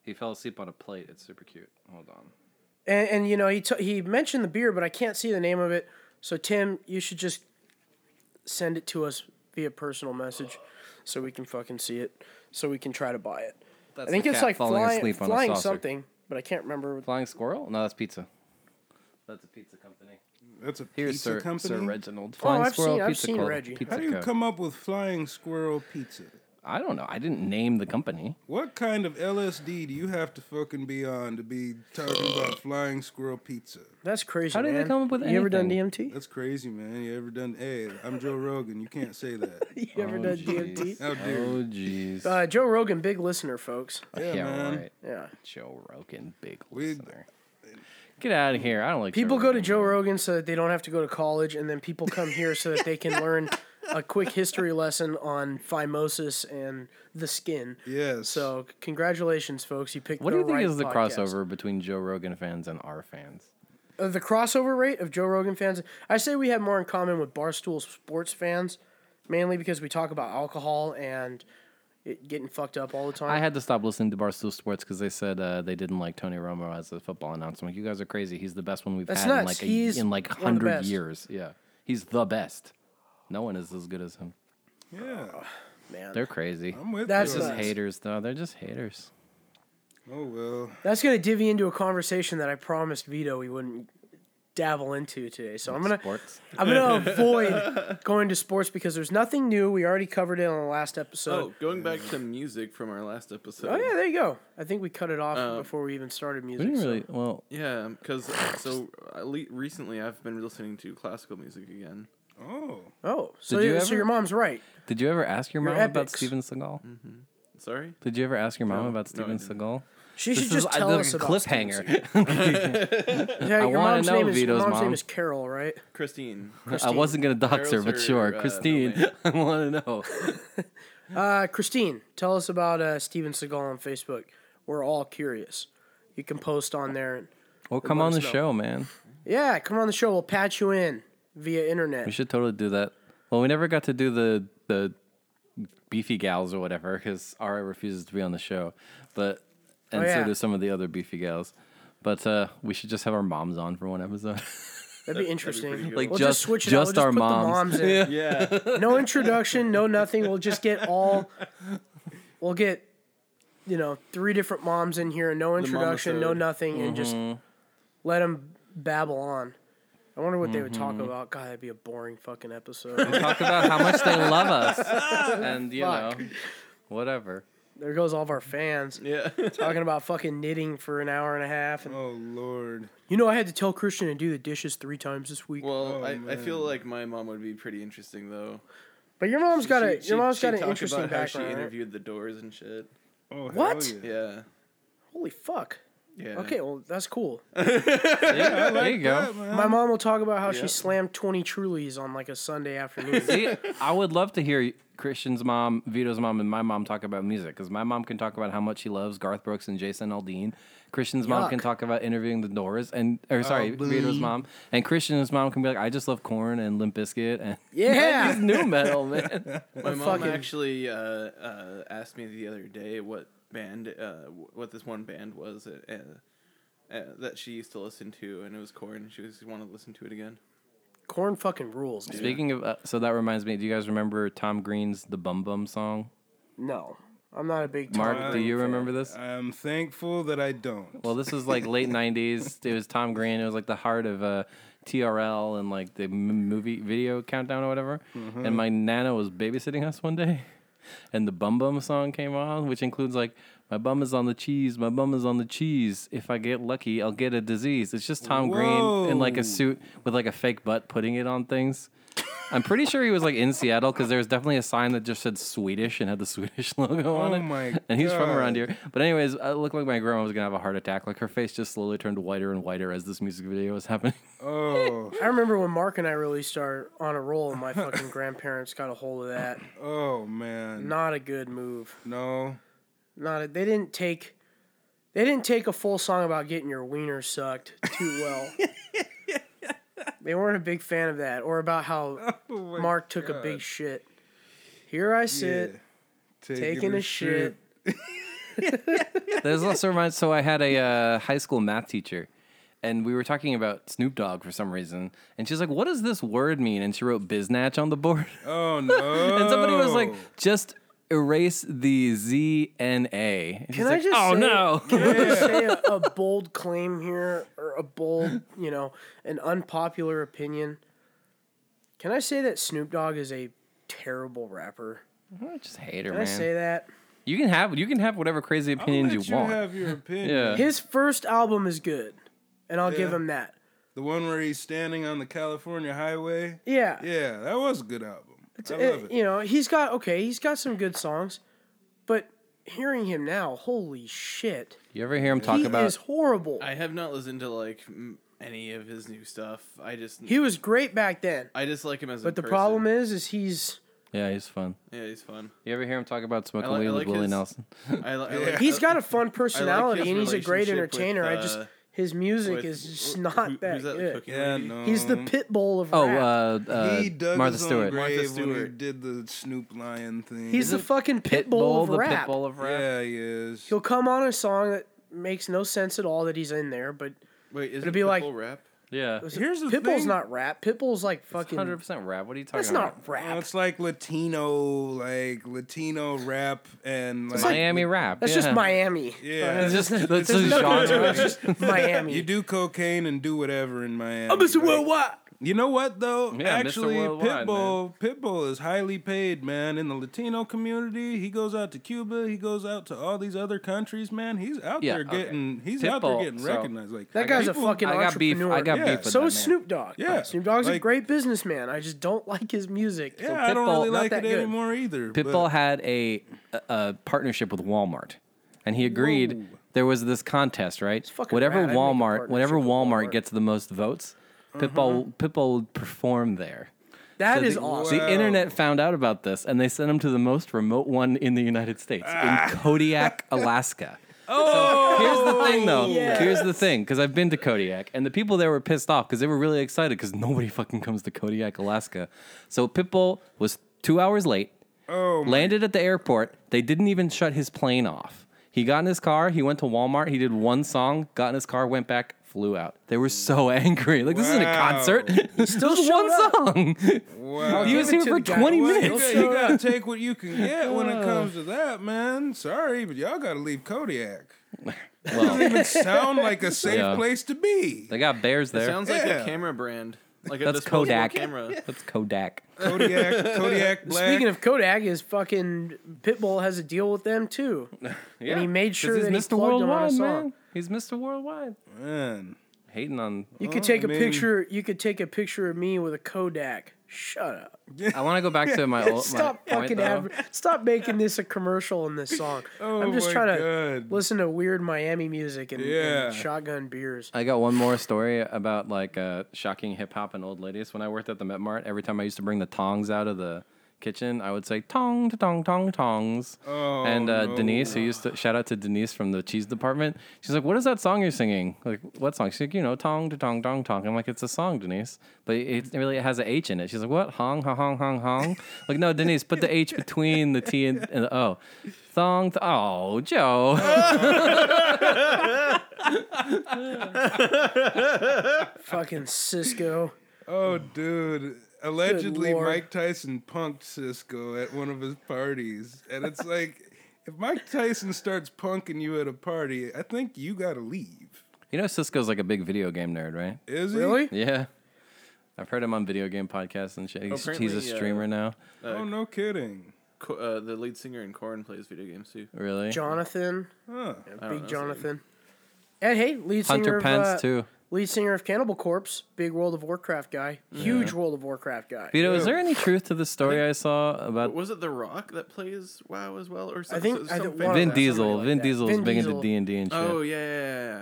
Speaker 1: He fell asleep on a plate. It's super cute. Hold on.
Speaker 3: And, and you know he t- he mentioned the beer, but I can't see the name of it. So Tim, you should just send it to us via personal message, so we can fucking see it, so we can try to buy it.
Speaker 1: That's
Speaker 3: I think
Speaker 1: the
Speaker 3: it's
Speaker 1: cat
Speaker 3: like
Speaker 1: falling
Speaker 3: flying,
Speaker 1: asleep on a
Speaker 3: flying
Speaker 1: saucer.
Speaker 3: something, but I can't remember.
Speaker 1: Flying squirrel? No, that's pizza. That's a pizza company.
Speaker 2: That's a
Speaker 1: Here's
Speaker 2: pizza
Speaker 1: Sir,
Speaker 2: company.
Speaker 1: Sir Reginald.
Speaker 3: I've
Speaker 1: squirrel
Speaker 3: seen- I've
Speaker 1: pizza
Speaker 3: seen
Speaker 1: Co.
Speaker 3: Reggie.
Speaker 1: Pizza
Speaker 2: How do you
Speaker 1: Co.
Speaker 2: come up with flying squirrel pizza?
Speaker 1: I don't know. I didn't name the company.
Speaker 2: What kind of LSD do you have to fucking be on to be talking about flying squirrel pizza?
Speaker 3: That's crazy.
Speaker 1: How did they
Speaker 3: man.
Speaker 1: come up with
Speaker 3: You ever done
Speaker 1: anything?
Speaker 3: DMT?
Speaker 2: That's crazy, man. You ever done? Hey, I'm Joe Rogan. You can't say that.
Speaker 3: You ever done DMT?
Speaker 2: How dare you?
Speaker 1: Oh jeez.
Speaker 3: Uh, Joe Rogan, big listener, folks.
Speaker 2: Yeah, man.
Speaker 1: right.
Speaker 3: Yeah.
Speaker 1: Joe Rogan, big
Speaker 2: We-
Speaker 1: listener. Get out of here. I don't like
Speaker 3: People
Speaker 1: Joe
Speaker 3: go to
Speaker 1: Rogan.
Speaker 3: Joe Rogan so that they don't have to go to college, and then people come here so that they can learn a quick history lesson on phimosis and the skin.
Speaker 2: Yes.
Speaker 3: So, c- congratulations, folks! You picked.
Speaker 1: What
Speaker 3: the
Speaker 1: do you think
Speaker 3: right
Speaker 1: is the
Speaker 3: podcast.
Speaker 1: crossover between Joe Rogan fans and our fans?
Speaker 3: Uh, the crossover rate of Joe Rogan fans? I say we have more in common with barstool sports fans, mainly because we talk about alcohol and it getting fucked up all the time.
Speaker 1: I had to stop listening to Barstool Sports because they said uh, they didn't like Tony Romo as a football announcer. I'm like, you guys are crazy. He's the best one we've
Speaker 3: That's
Speaker 1: had in
Speaker 3: nuts.
Speaker 1: like a,
Speaker 3: He's
Speaker 1: in like
Speaker 3: one of the
Speaker 1: hundred
Speaker 3: best.
Speaker 1: years. Yeah, he's the best. No one is as good as him.
Speaker 2: Yeah,
Speaker 3: man.
Speaker 1: They're crazy.
Speaker 2: I'm with
Speaker 3: That's
Speaker 2: you.
Speaker 1: Just
Speaker 3: us.
Speaker 1: haters, though. They're just haters.
Speaker 2: Oh well.
Speaker 3: That's gonna divvy into a conversation that I promised Vito we wouldn't dabble into today. So I'm gonna
Speaker 1: Sports.
Speaker 3: I'm gonna avoid going to sports because there's nothing new. We already covered it on the last
Speaker 4: Oh,
Speaker 3: episode.
Speaker 4: going back to music from our last episode.
Speaker 3: Oh, yeah, there you go. I think we cut it off before we even started
Speaker 1: We
Speaker 3: music.
Speaker 1: didn't
Speaker 3: so-
Speaker 1: really. Well,
Speaker 4: Yeah, because so uh, le- recently I've been listening to classical music again.
Speaker 2: Oh,
Speaker 3: Oh, so,
Speaker 1: Did you
Speaker 3: you so
Speaker 1: ever-
Speaker 3: your mom's right.
Speaker 1: did you ever ask your
Speaker 3: Your
Speaker 1: mom about
Speaker 3: epics.
Speaker 1: Steven Seagal?
Speaker 4: Sorry.
Speaker 1: Did you ever ask your mom
Speaker 4: Mm. No,
Speaker 1: about
Speaker 4: no, I
Speaker 1: Steven
Speaker 4: didn't.
Speaker 1: Seagal?
Speaker 3: She
Speaker 1: This
Speaker 3: should just
Speaker 1: is
Speaker 3: tell
Speaker 1: like
Speaker 3: us
Speaker 1: a
Speaker 3: about Steven
Speaker 1: cliffhanger.
Speaker 3: Seagal. Yeah, your
Speaker 1: wanna
Speaker 3: mom's
Speaker 1: know
Speaker 3: name is, your
Speaker 1: Vito's
Speaker 3: mom's name
Speaker 1: mom.
Speaker 3: is Carol, right?
Speaker 4: Christine.
Speaker 1: I
Speaker 3: Christine.
Speaker 1: wasn't gonna dox her, but
Speaker 4: Carol's
Speaker 1: sure,
Speaker 4: her, uh,
Speaker 1: Christine.
Speaker 4: middle
Speaker 1: I want to know.
Speaker 3: Uh, Christine, tell us about uh, Steven Seagal on Facebook. We're all curious. You can post on there. and-
Speaker 1: Well, come
Speaker 3: let
Speaker 1: on the
Speaker 3: us know.
Speaker 1: show, man.
Speaker 3: Yeah, come on the show. We'll patch you in via internet.
Speaker 1: We should totally do that. Well, we never got to do the the beefy gals or whatever because Ara refuses to be on the show, but and so
Speaker 3: Oh, yeah.
Speaker 1: do some of the other beefy gals. But uh, we should just have our moms on for one episode,
Speaker 3: That'd be interesting.
Speaker 4: pretty good.
Speaker 1: like
Speaker 3: we'll
Speaker 1: just
Speaker 3: just switch it
Speaker 1: just
Speaker 3: up. We'll
Speaker 1: our
Speaker 3: just put
Speaker 1: moms.
Speaker 3: the moms in.
Speaker 4: Yeah.
Speaker 3: No introduction, no nothing. We'll just get all. We'll get, you know, three different moms in here, and no introduction, no
Speaker 4: momisode.
Speaker 3: nothing, and just
Speaker 1: Mm-hmm.
Speaker 3: let them babble on. I wonder what they would
Speaker 1: Mm-hmm.
Speaker 3: talk about. God, that'd be a boring fucking episode.
Speaker 1: Talk about how much they love us, and you know, whatever.
Speaker 3: there goes all of our fans
Speaker 4: Yeah.
Speaker 3: talking about fucking knitting for an hour and a half. And
Speaker 2: oh Lord.
Speaker 3: you know, I had to tell Christian to do the dishes three times this week.
Speaker 4: Well, I, I feel like my mom would be pretty interesting though.
Speaker 3: but your mom's got a
Speaker 4: She-
Speaker 3: your
Speaker 4: she-
Speaker 3: mom's
Speaker 4: she
Speaker 3: got an
Speaker 4: talked
Speaker 3: interesting
Speaker 4: about how
Speaker 3: background.
Speaker 4: She
Speaker 3: right?
Speaker 4: interviewed the Doors and shit.
Speaker 2: Oh, hell
Speaker 3: What?
Speaker 2: Yeah.
Speaker 4: Yeah.
Speaker 3: Holy fuck.
Speaker 4: Yeah.
Speaker 3: Okay, well that's cool.
Speaker 1: there you go.
Speaker 3: My mom will talk about how she slammed 20 Trulies on like a Sunday afternoon.
Speaker 1: See, I would love to hear Christian's mom, Vito's mom, and my mom talk about music because my mom can talk about how much she loves Garth Brooks and Jason Aldean. Christian's mom can
Speaker 3: Yuck.
Speaker 1: talk about interviewing the Doors, and or sorry, Vito's mom, and Christian's mom can be like, I just love corn and Limp Bizkit and
Speaker 3: Yeah.
Speaker 1: It's new metal, man.
Speaker 4: My mom
Speaker 3: fucking-
Speaker 4: actually uh, uh, asked me the other day what band, uh, wh- what this one band was uh, uh, uh, that she used to listen to, and it was Corn. She was want to listen to it again.
Speaker 3: Corn fucking rules, dude.
Speaker 1: Speaking of, uh, so that reminds me. Do you guys remember Tom Green's "The Bum Bum" song?
Speaker 3: No, I'm not a big
Speaker 1: Mark,
Speaker 3: Tom
Speaker 1: do
Speaker 3: Green
Speaker 1: you
Speaker 3: fan.
Speaker 1: remember this?
Speaker 2: I'm thankful that I don't.
Speaker 1: Well, this was like late '90s. It was Tom Green. It was like the heart of uh, TRL and like the m- movie video countdown or whatever. And my nana was babysitting us one day, and the Bum Bum song came on, which includes like "My bum is on the cheese, my bum is on the cheese. If I get lucky, I'll get a disease." It's just Tom Green in like
Speaker 2: Whoa.
Speaker 1: a suit with like a fake butt, putting it on things. I'm pretty sure he was like in Seattle because there was definitely a sign that just said Swedish and had the Swedish logo on
Speaker 2: Oh
Speaker 1: it.
Speaker 2: my
Speaker 1: and he's from around
Speaker 2: God.
Speaker 1: here. But anyways, it looked like my grandma was gonna have a heart attack. Like her face just slowly turned whiter and whiter as this music video was happening.
Speaker 2: Oh,
Speaker 3: I remember when Mark and I released our on a roll, and my fucking grandparents got a hold of that.
Speaker 2: oh man.
Speaker 3: Not a good move.
Speaker 2: No.
Speaker 3: Not a, they didn't take. They didn't take a full song about getting your wiener sucked too well. they weren't a big fan of that, or about how
Speaker 2: Oh, my
Speaker 3: Mark took a big shit. Here I sit, taking a shit.
Speaker 1: There's also reminds. So I had a uh, high school math teacher, and we were talking about Snoop Dogg for some reason, and she's like, "What does this word mean?" And she wrote "biznatch" on the board,
Speaker 2: Oh no.
Speaker 1: and somebody was
Speaker 3: Oh.
Speaker 1: like, "Just." Erase the Z N A.
Speaker 3: Can I just
Speaker 1: Oh
Speaker 3: say-
Speaker 1: no!
Speaker 3: Can I just say a, a bold claim here, or a bold, you know, an unpopular opinion? Can I say that Snoop Dogg is a terrible rapper?
Speaker 1: I just hate her,
Speaker 3: Can I
Speaker 1: man.
Speaker 3: say that?
Speaker 1: You can have you can have whatever crazy
Speaker 2: I'll let
Speaker 1: opinions you,
Speaker 2: you
Speaker 1: want.
Speaker 2: have your opinion.
Speaker 1: yeah.
Speaker 3: His first album is good, and I'll give
Speaker 2: Yeah.
Speaker 3: him that.
Speaker 2: The one where he's standing on the California highway.
Speaker 3: Yeah.
Speaker 2: Yeah, that was a good album. I
Speaker 3: Uh,
Speaker 2: love it.
Speaker 3: You know, he's got okay, he's got some good songs, but hearing him now, holy shit,
Speaker 1: you ever hear him talk
Speaker 3: he
Speaker 1: about
Speaker 3: is horrible.
Speaker 4: I have not listened to like m- any of his new stuff. I just
Speaker 3: he was great back then,
Speaker 4: I just like him as a
Speaker 3: but the
Speaker 4: person.
Speaker 3: problem is, is he's
Speaker 1: Yeah, he's fun.
Speaker 4: yeah, he's fun.
Speaker 1: You ever hear him talk about smoking
Speaker 4: I like-
Speaker 1: weed
Speaker 4: I
Speaker 1: with
Speaker 4: like
Speaker 1: Willie
Speaker 4: his-
Speaker 1: Nelson?
Speaker 4: I, li- I like
Speaker 3: he's got a fun personality and he's a great
Speaker 4: relationship with,
Speaker 3: entertainer. I just
Speaker 4: uh,
Speaker 3: his music
Speaker 4: with-
Speaker 3: is just
Speaker 4: wh-
Speaker 3: not
Speaker 4: who-
Speaker 3: that
Speaker 4: who's that, the
Speaker 3: good.
Speaker 4: cookie
Speaker 2: Yeah,
Speaker 4: lady?
Speaker 2: no.
Speaker 3: he's the pit bull of
Speaker 1: Oh,
Speaker 3: rap.
Speaker 1: uh, uh
Speaker 2: he dug
Speaker 1: Martha
Speaker 2: his
Speaker 1: Stewart.
Speaker 2: Own grave
Speaker 4: Martha
Speaker 2: When he
Speaker 4: Stewart.
Speaker 2: did the Snoop Lion thing.
Speaker 3: he's the fucking pit bull of
Speaker 1: the
Speaker 3: rap.
Speaker 1: pitbull of rap.
Speaker 2: yeah, he is.
Speaker 3: He'll come on a song that makes no sense at all that he's in there, but
Speaker 4: Wait, is
Speaker 3: It'd
Speaker 4: it
Speaker 3: be like-
Speaker 4: Pitbull rap?
Speaker 1: Yeah.
Speaker 2: Here's the
Speaker 3: Pitbull's
Speaker 2: thing.
Speaker 3: not rap. Pitbull's like
Speaker 1: It's
Speaker 3: fucking.
Speaker 1: 100% rap. What are you talking
Speaker 3: That's
Speaker 1: about?
Speaker 3: not rap.
Speaker 2: Well, it's like Latino, like Latino rap and like,
Speaker 1: Miami rap.
Speaker 3: That's
Speaker 1: yeah.
Speaker 3: just Miami.
Speaker 2: Yeah.
Speaker 1: It's just that's
Speaker 3: There's
Speaker 1: just
Speaker 3: no-
Speaker 1: genre.
Speaker 3: it's just Miami.
Speaker 2: You do cocaine and do whatever in Miami.
Speaker 3: I'm Mr.
Speaker 2: right?
Speaker 3: Worldwide.
Speaker 2: You know what though?
Speaker 1: Yeah, Mr.
Speaker 2: Actually,
Speaker 1: Worldwide,
Speaker 2: Pitbull Pitbull is highly paid, man. In the Latino community, he goes out to Cuba, he goes out to all these other countries, man. He's out
Speaker 1: Yeah,
Speaker 2: there
Speaker 1: okay.
Speaker 2: getting he's out there
Speaker 1: Pitbull,
Speaker 2: getting
Speaker 1: so-
Speaker 2: recognized. Like
Speaker 3: That guy's
Speaker 2: people-
Speaker 3: a fucking
Speaker 1: I got beef-
Speaker 3: entrepreneur.
Speaker 1: I got
Speaker 2: Yeah. beef with
Speaker 3: so
Speaker 1: that
Speaker 3: is
Speaker 1: man.
Speaker 3: Snoop Dogg.
Speaker 2: Yeah.
Speaker 3: Snoop Dogg's a
Speaker 2: Like-
Speaker 3: great businessman. I just don't like his music.
Speaker 2: Yeah, I don't
Speaker 1: Pitbull-
Speaker 2: really
Speaker 1: not
Speaker 2: like
Speaker 3: that
Speaker 2: it
Speaker 3: good.
Speaker 2: anymore either. but-
Speaker 1: Pitbull had a, a, a partnership with Walmart, and he agreed. There was this contest, right?
Speaker 3: fucking
Speaker 1: Whatever
Speaker 3: rad. I'd make a
Speaker 1: Walmart, whatever
Speaker 3: partnership with
Speaker 1: Walmart,
Speaker 3: Walmart.
Speaker 1: gets the most votes,
Speaker 2: Uh-huh.
Speaker 1: Pitbull Pitbull would perform there.
Speaker 3: That is
Speaker 1: the,
Speaker 3: awesome.
Speaker 1: The internet found out about this, and they sent him to the most remote one in the United States,
Speaker 3: Ah.
Speaker 1: in Kodiak, Alaska. Oh, here's the thing, though. Here's the thing, because I've been to Kodiak, and the people there were pissed off because they were really excited because nobody fucking comes to Kodiak, Alaska. So Pitbull was two hours late.
Speaker 2: Oh, my-
Speaker 1: landed at the airport. They didn't even shut his plane off. He got in his car. He went to Walmart. He did one song. Got in his car. Went back. Flew out. They were so angry. Like this isn't a
Speaker 2: Wow.
Speaker 1: concert. Still
Speaker 3: showed
Speaker 1: one
Speaker 3: up.
Speaker 1: song.
Speaker 2: wow.
Speaker 1: He was
Speaker 3: give
Speaker 1: here
Speaker 3: it to
Speaker 1: for
Speaker 3: the guy.
Speaker 1: twenty
Speaker 2: Well,
Speaker 1: minutes. Uh.
Speaker 2: You, got, to take what you can get when it comes to that, man. Sorry, but y'all got to leave Kodiak. Doesn't even sound like a safe
Speaker 1: Yeah.
Speaker 2: place to be.
Speaker 1: They got bears there.
Speaker 4: Sounds like
Speaker 2: Yeah.
Speaker 4: a camera brand. Like a
Speaker 1: That's
Speaker 4: disposable
Speaker 1: Kodak.
Speaker 4: camera.
Speaker 1: That's Kodak.
Speaker 2: Kodiak, Kodiak Black.
Speaker 3: Speaking of Kodak, is fucking Pitbull has a deal with them too. And he made sure
Speaker 1: he's
Speaker 3: that he
Speaker 1: Mr.
Speaker 3: plugged them on a
Speaker 1: Worldwide,
Speaker 3: song.
Speaker 1: man. He's Mr. Worldwide.
Speaker 2: man,
Speaker 1: Hating on.
Speaker 3: You could take
Speaker 2: I
Speaker 3: a
Speaker 2: mean-
Speaker 3: picture. You could take a picture of me with a Kodak. Shut up.
Speaker 1: I want to go back to my old.
Speaker 3: Stop
Speaker 1: my point,
Speaker 3: fucking.
Speaker 1: though.
Speaker 3: Adver- stop making this a commercial in this song. I'm just
Speaker 2: Oh my
Speaker 3: trying to
Speaker 2: God.
Speaker 3: listen to weird Miami music and, and
Speaker 2: Yeah.
Speaker 3: shotgun beers.
Speaker 1: I got one more story about like uh, shocking hip hop and old ladies. When I worked at the Met Mart, every time I used to bring the tongs out of the kitchen, I would say tong to tong tong tongs.
Speaker 2: Oh,
Speaker 1: and uh,
Speaker 2: no.
Speaker 1: Denise, who used to shout out to Denise from the cheese department, she's like, "What is that song you're singing? Like, what song?" She's like, "You know, tong to tong tong tong." I'm like, "It's a song, Denise, but it really it has a H in it." She's like, "What? Hong hong hong hong hong?" like, no, Denise, put the H between the T and, and the O. Thong. Th- oh, Joe.
Speaker 3: Fucking Cisco.
Speaker 2: oh, dude. Allegedly,
Speaker 3: Lord.
Speaker 2: Mike Tyson punked Cisco at one of his parties, and it's like, if Mike Tyson starts punking you at a party, I think you got to leave.
Speaker 1: You know, Cisco's like a big video game nerd, right?
Speaker 2: Is he?
Speaker 3: Really?
Speaker 1: Yeah. I've heard him on video game podcasts and shit. He's, he's a
Speaker 4: Apparently, uh,
Speaker 1: streamer now.
Speaker 2: Oh, no kidding.
Speaker 4: Co- uh, the lead singer in Korn plays video games too.
Speaker 1: Really?
Speaker 3: Jonathan.
Speaker 2: Huh.
Speaker 3: Big Jonathan. And hey, lead
Speaker 1: Hunter
Speaker 3: singer
Speaker 1: Pence,
Speaker 3: of, uh,
Speaker 1: too.
Speaker 3: Lead singer of Cannibal Corpse. Big World of Warcraft guy. Huge World of Warcraft guy.
Speaker 1: Vito, is there any truth to the story I, saw about
Speaker 4: Was it The Rock that plays WoW as well, or
Speaker 3: I
Speaker 4: something?
Speaker 3: think I think one of
Speaker 1: Vin
Speaker 3: them,
Speaker 1: Diesel?
Speaker 3: somebody like
Speaker 1: Vin
Speaker 3: that.
Speaker 1: Diesel is
Speaker 3: Vin
Speaker 1: big
Speaker 3: Diesel.
Speaker 1: into D and D and shit.
Speaker 4: Oh yeah,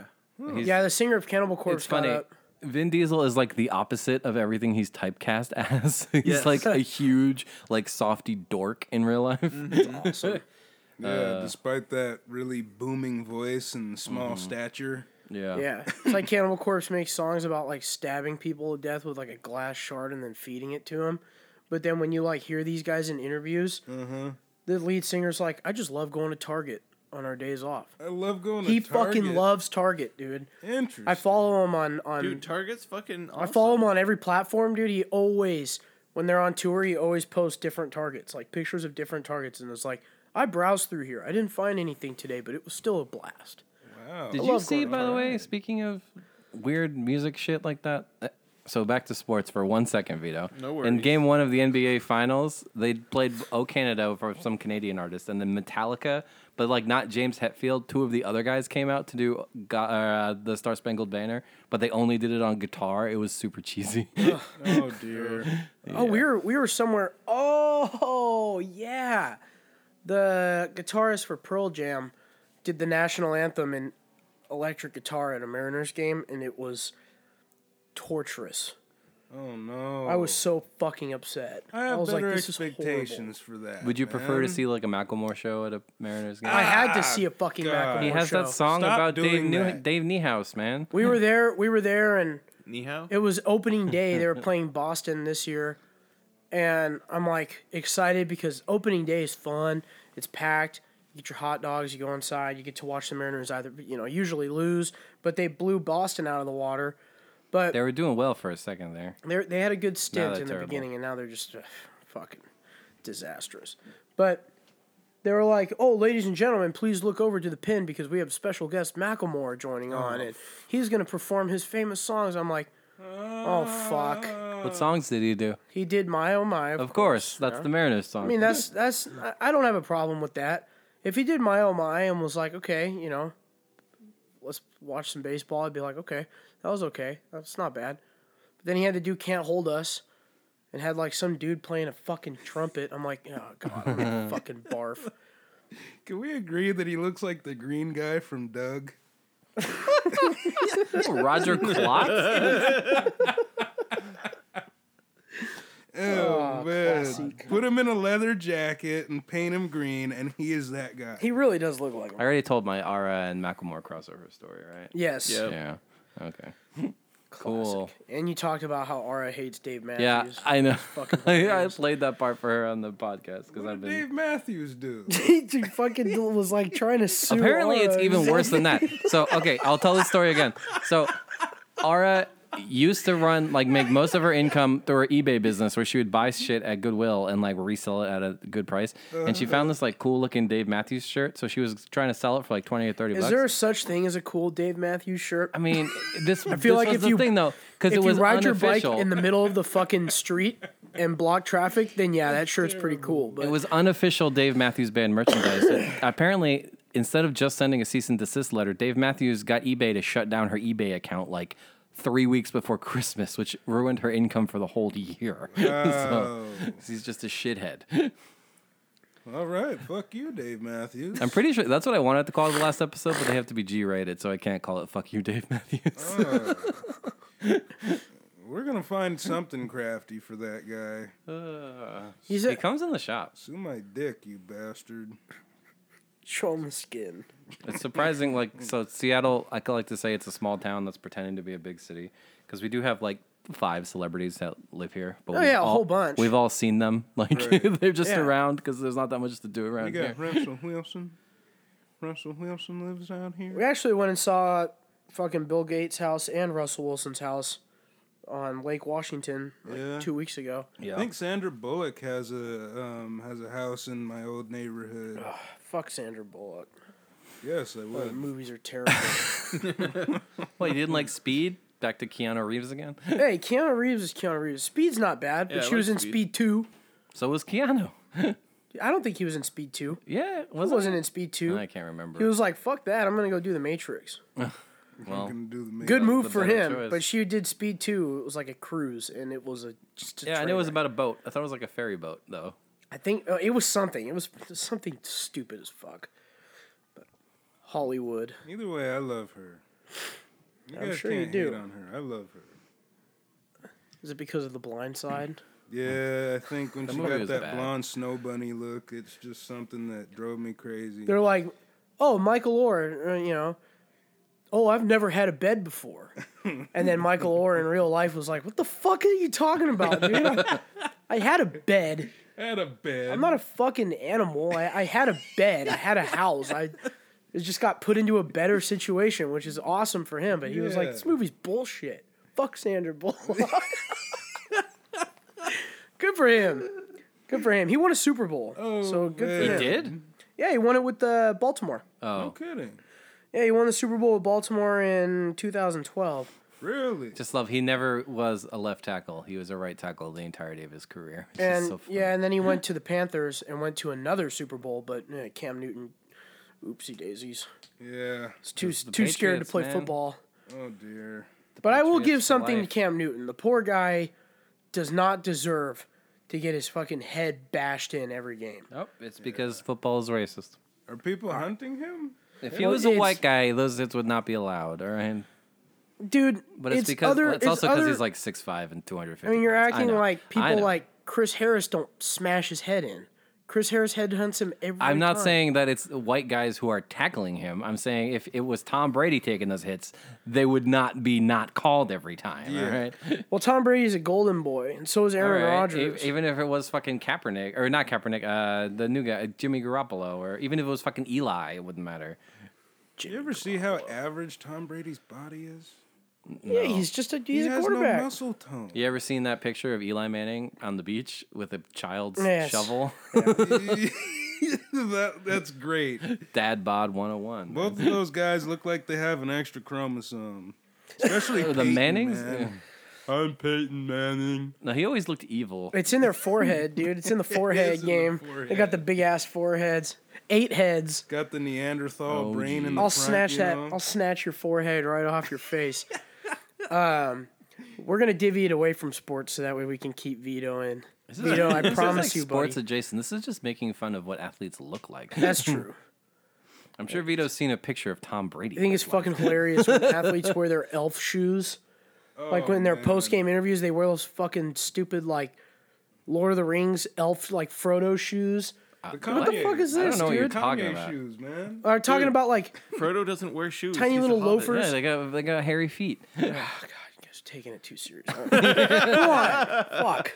Speaker 4: yeah, yeah.
Speaker 3: Yeah, the singer of Cannibal Corpse.
Speaker 1: it's funny.
Speaker 3: Got up.
Speaker 1: Vin Diesel is like the opposite of everything he's typecast as. he's
Speaker 4: Yes.
Speaker 1: like a huge, like softy dork in real life.
Speaker 3: Mm-hmm.
Speaker 2: Yeah,
Speaker 1: Uh,
Speaker 2: despite that really booming voice and small
Speaker 1: Mm-hmm.
Speaker 2: stature.
Speaker 1: Yeah.
Speaker 3: Yeah, it's like Cannibal Corpse makes songs about like stabbing people to death with like a glass shard and then feeding it to them. But then when you like hear these guys in interviews,
Speaker 2: Mm-hmm.
Speaker 3: the lead singer's like, "I just love going to Target on our days off."
Speaker 2: I love going
Speaker 3: He
Speaker 2: to Target.
Speaker 3: fucking loves Target, dude.
Speaker 2: Interesting.
Speaker 3: I follow him on on
Speaker 4: Dude, Target's fucking. Awesome.
Speaker 3: I follow him on every platform, dude. He always when they're on tour, he always posts different targets, like pictures of different targets, and it's like. I browsed through here. I didn't find anything today, but it was still a blast.
Speaker 2: wow.
Speaker 1: Did
Speaker 3: I
Speaker 1: you
Speaker 3: love
Speaker 1: see,
Speaker 3: Gordon
Speaker 1: by the way, speaking of weird music shit like that, uh, So back to sports for one second, Vito.
Speaker 4: No
Speaker 1: In
Speaker 4: worries.
Speaker 1: game one of the NBA Finals, they played "O Canada" for some Canadian artist, and then Metallica, but like not James Hetfield. Two of the other guys came out to do Go- uh, the Star Spangled Banner, but they only did it on guitar. It was super cheesy.
Speaker 2: Oh dear.
Speaker 3: Oh, we were we were somewhere. Oh yeah, the guitarist for Pearl Jam did the national anthem in electric guitar at a Mariners game, and it was torturous.
Speaker 2: Oh no.
Speaker 3: I was so fucking upset.
Speaker 2: I have
Speaker 3: was like,
Speaker 2: better
Speaker 3: this is horrible.
Speaker 2: expectations for that.
Speaker 1: Would you prefer to
Speaker 2: man.
Speaker 1: see like a Macklemore show at a Mariners game?
Speaker 3: I had to see a fucking
Speaker 2: Ah, God.
Speaker 3: Macklemore
Speaker 1: he has
Speaker 3: show.
Speaker 1: that song
Speaker 2: Stop
Speaker 1: about Dave,
Speaker 2: doing
Speaker 1: New-
Speaker 2: that.
Speaker 1: Dave Niehaus, man.
Speaker 3: We were there. We were there, and
Speaker 4: Nihao?
Speaker 3: it was opening day. They were playing Boston this year, and I'm like excited because opening day is fun. It's packed. You get your hot dogs. You go inside. You get to watch the Mariners either you know usually lose, but they blew Boston out of the water. But
Speaker 1: They were doing well for a second there.
Speaker 3: they they had a good
Speaker 1: Now
Speaker 3: stint
Speaker 1: they're
Speaker 3: in the
Speaker 1: terrible.
Speaker 3: beginning, and now they're just uh, fucking disastrous. But they were like, "Oh, ladies and gentlemen, please look over to the pin because we have special guest Macklemore joining
Speaker 1: Oh.
Speaker 3: on, and he's gonna perform his famous songs." I'm like, "Oh fuck."
Speaker 2: Uh,
Speaker 1: What songs did he do?
Speaker 3: He did my oh my. Of,
Speaker 1: Of course, that's the Mariners song.
Speaker 3: I mean, that's that's. I- I don't have a problem with that. If he did my oh my and was like, okay, you know, let's watch some baseball, I'd be like, okay, that was okay. That's not bad. But then he had to do can't hold us, and had like some dude playing a fucking trumpet. I'm like, oh god, I'm gonna fucking barf.
Speaker 2: Can we agree that he looks like the green guy from Doug?
Speaker 1: Roger Klotz.
Speaker 2: Oh, man. Put him in a leather jacket and paint him green, and he is that guy.
Speaker 3: He really does look like
Speaker 1: I
Speaker 3: him.
Speaker 1: already told my Ara and Macklemore crossover story, right?
Speaker 3: Yes.
Speaker 4: Yeah.
Speaker 1: Yeah. Okay. Cool.
Speaker 3: And you talked about how Ara hates Dave
Speaker 1: Yeah,
Speaker 3: Matthews.
Speaker 1: I know.
Speaker 3: fucking
Speaker 1: I, I
Speaker 3: hilarious.
Speaker 1: played that part for her on the podcast because
Speaker 2: what
Speaker 1: I've been.
Speaker 2: did Dave Matthews do?
Speaker 3: he fucking was like trying to sue.
Speaker 1: Apparently, it's
Speaker 3: Ara.
Speaker 1: even worse than that. So, okay, I'll tell this story again. So, Ara used to run like make most of her income through her eBay business where she would buy shit at Goodwill and like resell it at a good price. And
Speaker 3: Uh-huh.
Speaker 1: she found this like cool looking Dave Matthews shirt, so she was trying to sell it for like twenty or thirty
Speaker 3: Is
Speaker 1: bucks.
Speaker 3: there such thing as a cool Dave Matthews shirt?
Speaker 1: I mean, this. I
Speaker 3: feel
Speaker 1: this
Speaker 3: like
Speaker 1: was
Speaker 3: if
Speaker 1: the
Speaker 3: you-
Speaker 1: thing though, because
Speaker 3: if
Speaker 1: it was
Speaker 3: you ride
Speaker 1: unofficial.
Speaker 3: your bike in the middle of the fucking street and block traffic, then yeah, that shirt's pretty cool. But
Speaker 1: It was unofficial Dave Matthews Band merchandise. And apparently, instead of just sending a cease and desist letter, Dave Matthews got eBay to shut down her eBay account like three weeks before Christmas, which ruined her income for the whole year. so, he's just a shithead.
Speaker 2: All right, fuck you, Dave Matthews.
Speaker 1: I'm pretty sure that's what I wanted to call the last episode, but they have to be G rated, so I can't call it Fuck You, Dave Matthews.
Speaker 2: We're gonna find something crafty for that guy.
Speaker 3: he's
Speaker 1: he
Speaker 3: a,
Speaker 1: comes in the shop.
Speaker 2: Sue my dick, you bastard.
Speaker 3: show him the skin.
Speaker 1: It's surprising, like so Seattle. I could like to say it's a small town that's pretending to be a big city because we do have like five celebrities that live here. But
Speaker 3: Oh,
Speaker 1: we've
Speaker 3: yeah, a
Speaker 1: all-
Speaker 3: whole bunch.
Speaker 1: We've all seen them. Like they're just
Speaker 3: Yeah.
Speaker 1: around because there's not that much to do
Speaker 2: We
Speaker 1: around here.
Speaker 2: got Russell Wilson. Russell Wilson lives out
Speaker 3: We
Speaker 2: here.
Speaker 3: actually went and saw fucking Bill Gates' house and Russell Wilson's house on Lake Washington like,
Speaker 2: Yeah.
Speaker 3: two weeks ago.
Speaker 1: Yeah.
Speaker 2: I think Sandra Bullock has a um, has a house in my old neighborhood.
Speaker 3: Fuck Sandra Bullock.
Speaker 2: Yes, I
Speaker 3: The
Speaker 2: would.
Speaker 3: movies are terrible.
Speaker 1: well, you didn't like Speed. Back to Keanu Reeves again.
Speaker 3: hey, Keanu Reeves is Keanu Reeves. Speed's not bad, but
Speaker 4: Yeah, I
Speaker 3: she was in
Speaker 4: like
Speaker 3: Speed.
Speaker 4: Speed.
Speaker 3: 2.
Speaker 1: So was Keanu.
Speaker 3: I don't think he was in Speed 2.
Speaker 1: Yeah,
Speaker 3: He
Speaker 1: wasn't.
Speaker 3: wasn't in Speed 2.
Speaker 1: I can't remember.
Speaker 3: He was like, fuck that, I'm going to go do The Matrix.
Speaker 1: well,
Speaker 2: Can do the makeup.
Speaker 3: Good move
Speaker 1: the
Speaker 3: for
Speaker 1: better
Speaker 3: him,
Speaker 1: choice.
Speaker 3: but she did Speed 2. It was like a cruise, and it was a just a
Speaker 1: yeah, I knew it
Speaker 3: train
Speaker 1: was
Speaker 3: wreck.
Speaker 1: about a boat. I thought it was like a ferry boat though.
Speaker 3: I think uh, it was something. It was something stupid as fuck. But Hollywood.
Speaker 2: Either way, I love her. You
Speaker 3: I'm
Speaker 2: guys
Speaker 3: sure you
Speaker 2: can't hate
Speaker 3: do.
Speaker 2: on her. I love her.
Speaker 3: Is it because of The Blind Side?
Speaker 2: Yeah, I think when she
Speaker 1: movie
Speaker 2: got
Speaker 1: was
Speaker 2: that
Speaker 1: bad.
Speaker 2: blonde snow bunny look, it's just something that drove me crazy.
Speaker 3: They're like, oh, Michael Orr, uh, you know, oh, I've never had a bed before. and then Michael Orr in real life was like, what the fuck are you talking about, dude? I, I had a bed.
Speaker 2: At a bed.
Speaker 3: I'm not a fucking animal. I, I had a bed. I had a house. I it just got put into a better situation, which is awesome for him. But he was like,
Speaker 2: Yeah.
Speaker 3: this movie's bullshit. Fuck Sandra Bullock. good for him. Good for him. He won a Super Bowl.
Speaker 2: Oh,
Speaker 3: so good
Speaker 2: man.
Speaker 3: for
Speaker 1: He
Speaker 3: him.
Speaker 1: did.
Speaker 3: Yeah, he won it with uh, Baltimore.
Speaker 1: Oh,
Speaker 2: No kidding.
Speaker 3: Yeah, he won the Super Bowl with Baltimore in 2012.
Speaker 2: Really?
Speaker 1: Just love. He never was a left tackle. He was a right tackle the entirety of his career. It's just
Speaker 3: And
Speaker 1: so funny.
Speaker 3: yeah, and then he went to the Panthers and went to another Super Bowl, but eh, Cam Newton, oopsie daisies,
Speaker 2: yeah.
Speaker 3: it's too
Speaker 1: the
Speaker 3: too scared to
Speaker 1: Patriots,
Speaker 3: play
Speaker 1: man.
Speaker 3: football.
Speaker 2: Oh dear.
Speaker 3: But I will
Speaker 1: Patriots
Speaker 3: give
Speaker 1: for
Speaker 3: something
Speaker 1: life.
Speaker 3: to Cam Newton. The poor guy does not deserve to get his fucking head bashed in every game.
Speaker 1: Oh, it's because football is racist.
Speaker 2: Are people hunting him?
Speaker 1: If he
Speaker 3: Well,
Speaker 1: was a
Speaker 3: it's-
Speaker 1: white guy, those hits would not be allowed. All right.
Speaker 3: Dude,
Speaker 1: But it's, because
Speaker 3: other,
Speaker 1: it's also because
Speaker 3: other-
Speaker 1: he's like six five and two hundred
Speaker 3: I
Speaker 1: fifty.
Speaker 3: mean, you're acting like
Speaker 1: I
Speaker 3: people
Speaker 1: know.
Speaker 3: like Chris Harris don't smash his head in. Chris Harris head hunts him every
Speaker 1: I'm not
Speaker 3: time.
Speaker 1: saying that it's white guys who are tackling him. I'm saying if it was Tom Brady taking those hits, they would not be not called every time. All right.
Speaker 3: Well, Tom Brady's a golden boy, and so is
Speaker 1: All
Speaker 3: Aaron
Speaker 1: right. E-
Speaker 3: Rodgers.
Speaker 1: Even if it was fucking Kaepernick or not Kaepernick, uh, the new guy Jimmy Garoppolo, or even if it was fucking Eli, it wouldn't matter.
Speaker 2: You ever see how average Tom Brady's body is?
Speaker 3: yeah, he's just a he's
Speaker 2: he
Speaker 3: a
Speaker 2: has no
Speaker 3: quarterback.
Speaker 2: muscle tone.
Speaker 1: You ever seen that picture of Eli Manning on the beach with a child's
Speaker 3: Yes.
Speaker 1: shovel?
Speaker 2: that, that's great.
Speaker 1: Dad bod 101.
Speaker 2: Both of those guys look like they have an extra chromosome. Especially
Speaker 1: Oh, the
Speaker 2: Peyton,
Speaker 1: Mannings?
Speaker 2: man. I'm Peyton Manning.
Speaker 1: No, he always looked evil.
Speaker 3: It's in their forehead, dude. It's in the forehead
Speaker 2: in the
Speaker 3: game. They got
Speaker 2: forehead.
Speaker 3: the big ass foreheads, eight heads.
Speaker 2: Got the Neanderthal
Speaker 1: Oh,
Speaker 2: brain in the
Speaker 3: I'll
Speaker 2: front,
Speaker 3: snatch
Speaker 2: you
Speaker 3: that.
Speaker 2: know?
Speaker 3: I'll snatch your forehead right off your face. um, we're gonna divvy it away from sports so that way we can keep Vito in. Vito, I
Speaker 1: This is
Speaker 3: promise
Speaker 1: like
Speaker 3: you, buddy.
Speaker 1: sports adjacent. This is just making fun of what athletes look like.
Speaker 3: That's true.
Speaker 1: I'm sure Vito's seen a picture of Tom Brady.
Speaker 3: I think it's fucking hilarious when athletes wear their elf shoes.
Speaker 1: Oh,
Speaker 3: like
Speaker 2: Oh,
Speaker 3: when in their post game interviews, they wear those fucking stupid like Lord of the Rings elf like Frodo shoes.
Speaker 2: what
Speaker 3: the fuck is
Speaker 1: I don't
Speaker 3: this,
Speaker 1: know what
Speaker 3: dude?
Speaker 1: you're
Speaker 2: Kanye
Speaker 1: talking about.
Speaker 2: shoes, man.
Speaker 3: Are talking about like
Speaker 4: Frodo doesn't wear shoes.
Speaker 3: Tiny
Speaker 4: He's a
Speaker 3: little
Speaker 4: hobbit.
Speaker 3: loafers.
Speaker 1: Yeah, they got they got hairy feet.
Speaker 3: Oh, you guys are taking it too serious. Come on, fuck.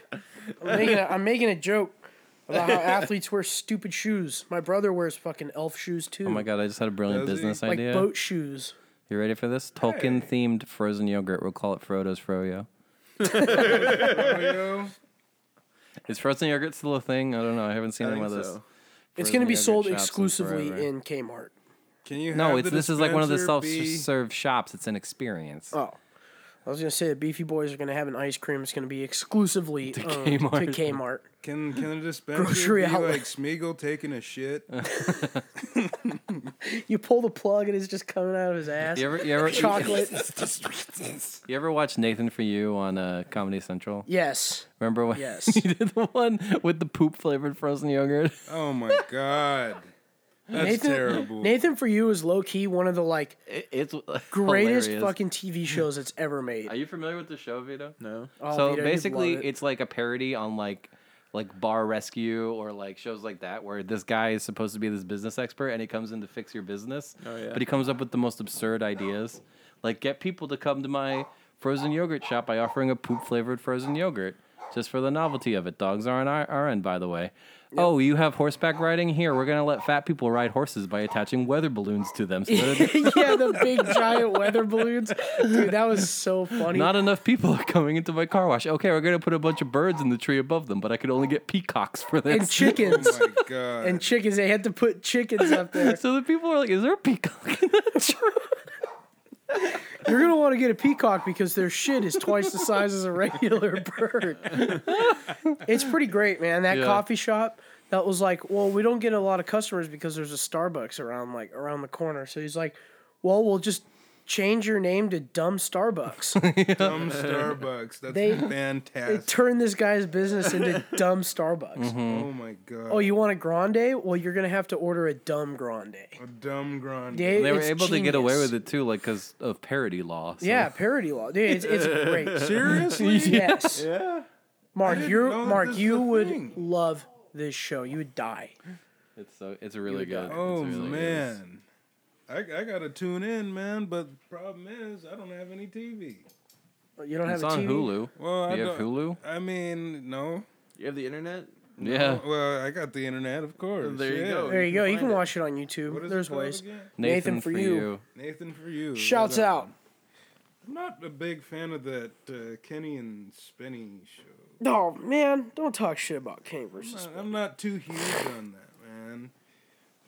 Speaker 3: I'm making a, I'm making a joke about how athletes wear stupid shoes. My brother wears fucking elf shoes too.
Speaker 1: Oh my god, I just had a brilliant
Speaker 2: Does he?
Speaker 1: business
Speaker 3: Like
Speaker 1: idea.
Speaker 3: boat shoes.
Speaker 1: You ready for this? Tolkien themed frozen yogurt. We'll call it Frodo's Froyo.
Speaker 2: Yo,
Speaker 1: Is frozen yogurt still a thing? I don't know. I haven't seen
Speaker 4: I
Speaker 1: any
Speaker 4: think
Speaker 1: of those.
Speaker 4: so.
Speaker 3: It's going to be
Speaker 1: yogurt
Speaker 3: sold
Speaker 1: shops in
Speaker 3: exclusively
Speaker 1: forever.
Speaker 3: in Kmart.
Speaker 2: Can you
Speaker 1: No,
Speaker 2: have
Speaker 1: it's
Speaker 2: the
Speaker 1: this is like one of the self
Speaker 2: dispenser be-
Speaker 1: serve shops. It's an experience.
Speaker 3: Oh. I was going to say the Beefy Boys are going to have an ice cream. It's going to be exclusively um, to owned Kmart.
Speaker 1: Kmart.
Speaker 3: To Kmart.
Speaker 2: Can can a dispenser
Speaker 3: Grocery
Speaker 2: be
Speaker 3: outlet.
Speaker 2: like Smeagol taking a shit?
Speaker 3: You pull the plug and it's just coming out of his ass.
Speaker 1: You ever you ever
Speaker 3: Chocolate.
Speaker 1: You ever watch Nathan for You on uh, Comedy Central?
Speaker 3: yes.
Speaker 1: Remember when
Speaker 3: Yes.
Speaker 1: he did the one with the poop flavored frozen yogurt?
Speaker 2: Oh my god, that's
Speaker 3: Nathan,
Speaker 2: terrible.
Speaker 3: Nathan for you is low key one of the like
Speaker 1: It's
Speaker 3: greatest fucking TV shows that's ever made.
Speaker 1: Are you familiar with the show, Vito?
Speaker 4: No.
Speaker 3: Oh,
Speaker 1: so
Speaker 3: Vito, you'd
Speaker 1: basically,
Speaker 3: love it.
Speaker 1: it's like a parody on like like Bar Rescue or like shows like that, where this guy is supposed to be this business expert and he comes in to fix your business.
Speaker 4: Oh, yeah.
Speaker 1: But he comes up with the most absurd ideas, like get people to come to my frozen yogurt shop by offering a poop flavored frozen yogurt. Just for the novelty of it, dogs are on our, our end, by the way. Oh, you have horseback riding here. We're gonna let fat people ride horses by attaching weather balloons to them. So that
Speaker 3: yeah, the big giant weather balloons. Dude, that was so funny.
Speaker 1: Not enough people are coming into my car wash. Okay, we're gonna put a bunch of birds in the tree above them, but I could only get peacocks for this.
Speaker 3: and chickens.
Speaker 2: oh my god,
Speaker 3: and chickens. They had to put chickens up there.
Speaker 1: so the people were like, "Is there a peacock?" in that tree?"
Speaker 3: You're gonna want to get a peacock because their shit is twice the size as a regular bird. it's pretty great, man. That
Speaker 1: Yeah.
Speaker 3: coffee shop that was like, well, we don't get a lot of customers because there's a Starbucks around like around the corner. So he's like, well, we'll just change your name to Dumb Starbucks.
Speaker 2: dumb Starbucks. That's
Speaker 3: They-
Speaker 2: fantastic.
Speaker 3: Turn this guy's business into Dumb Starbucks.
Speaker 2: oh my god.
Speaker 3: Oh, you want a grande? Well, you're gonna have to order a dumb grande.
Speaker 2: a dumb grande.
Speaker 3: They,
Speaker 1: they were able to get away with it too, like because of parody law. So.
Speaker 3: Yeah, parody law. Dude, it's, it's great.
Speaker 2: Seriously?
Speaker 3: yes.
Speaker 4: Yeah.
Speaker 3: Mark,
Speaker 2: didn't
Speaker 3: you
Speaker 2: know that
Speaker 3: Mark,
Speaker 2: this
Speaker 3: you
Speaker 2: was a
Speaker 3: would
Speaker 2: thing.
Speaker 3: love this show. You would die.
Speaker 1: it's so it's really
Speaker 3: You got
Speaker 1: good.
Speaker 2: Oh
Speaker 1: it's really good.
Speaker 2: man, I, I gotta tune in, man. But the problem is, I don't have any TV.
Speaker 3: You don't
Speaker 1: It's
Speaker 3: have a
Speaker 1: on
Speaker 3: TV.
Speaker 1: Hulu.
Speaker 2: Well,
Speaker 1: Do
Speaker 2: I
Speaker 1: you have
Speaker 2: don't-
Speaker 1: Hulu?
Speaker 2: I mean, no.
Speaker 4: You have the internet.
Speaker 1: Yeah.
Speaker 2: Well, I got the internet, of course.
Speaker 4: There you
Speaker 2: yeah.
Speaker 4: go.
Speaker 3: There you go. You can
Speaker 4: find it.
Speaker 3: watch it on
Speaker 2: What
Speaker 3: YouTube.
Speaker 2: is it
Speaker 3: There's
Speaker 2: called
Speaker 3: ways.
Speaker 2: again?
Speaker 1: Nathan, for, you.
Speaker 2: Nathan for you.
Speaker 3: Shouts
Speaker 2: Right on.
Speaker 3: out.
Speaker 2: I'm not a big fan of that uh, Kenny and Spenny show.
Speaker 3: Oh man, don't talk shit about Kane versus.
Speaker 2: I'm not, I'm not too huge on that, man.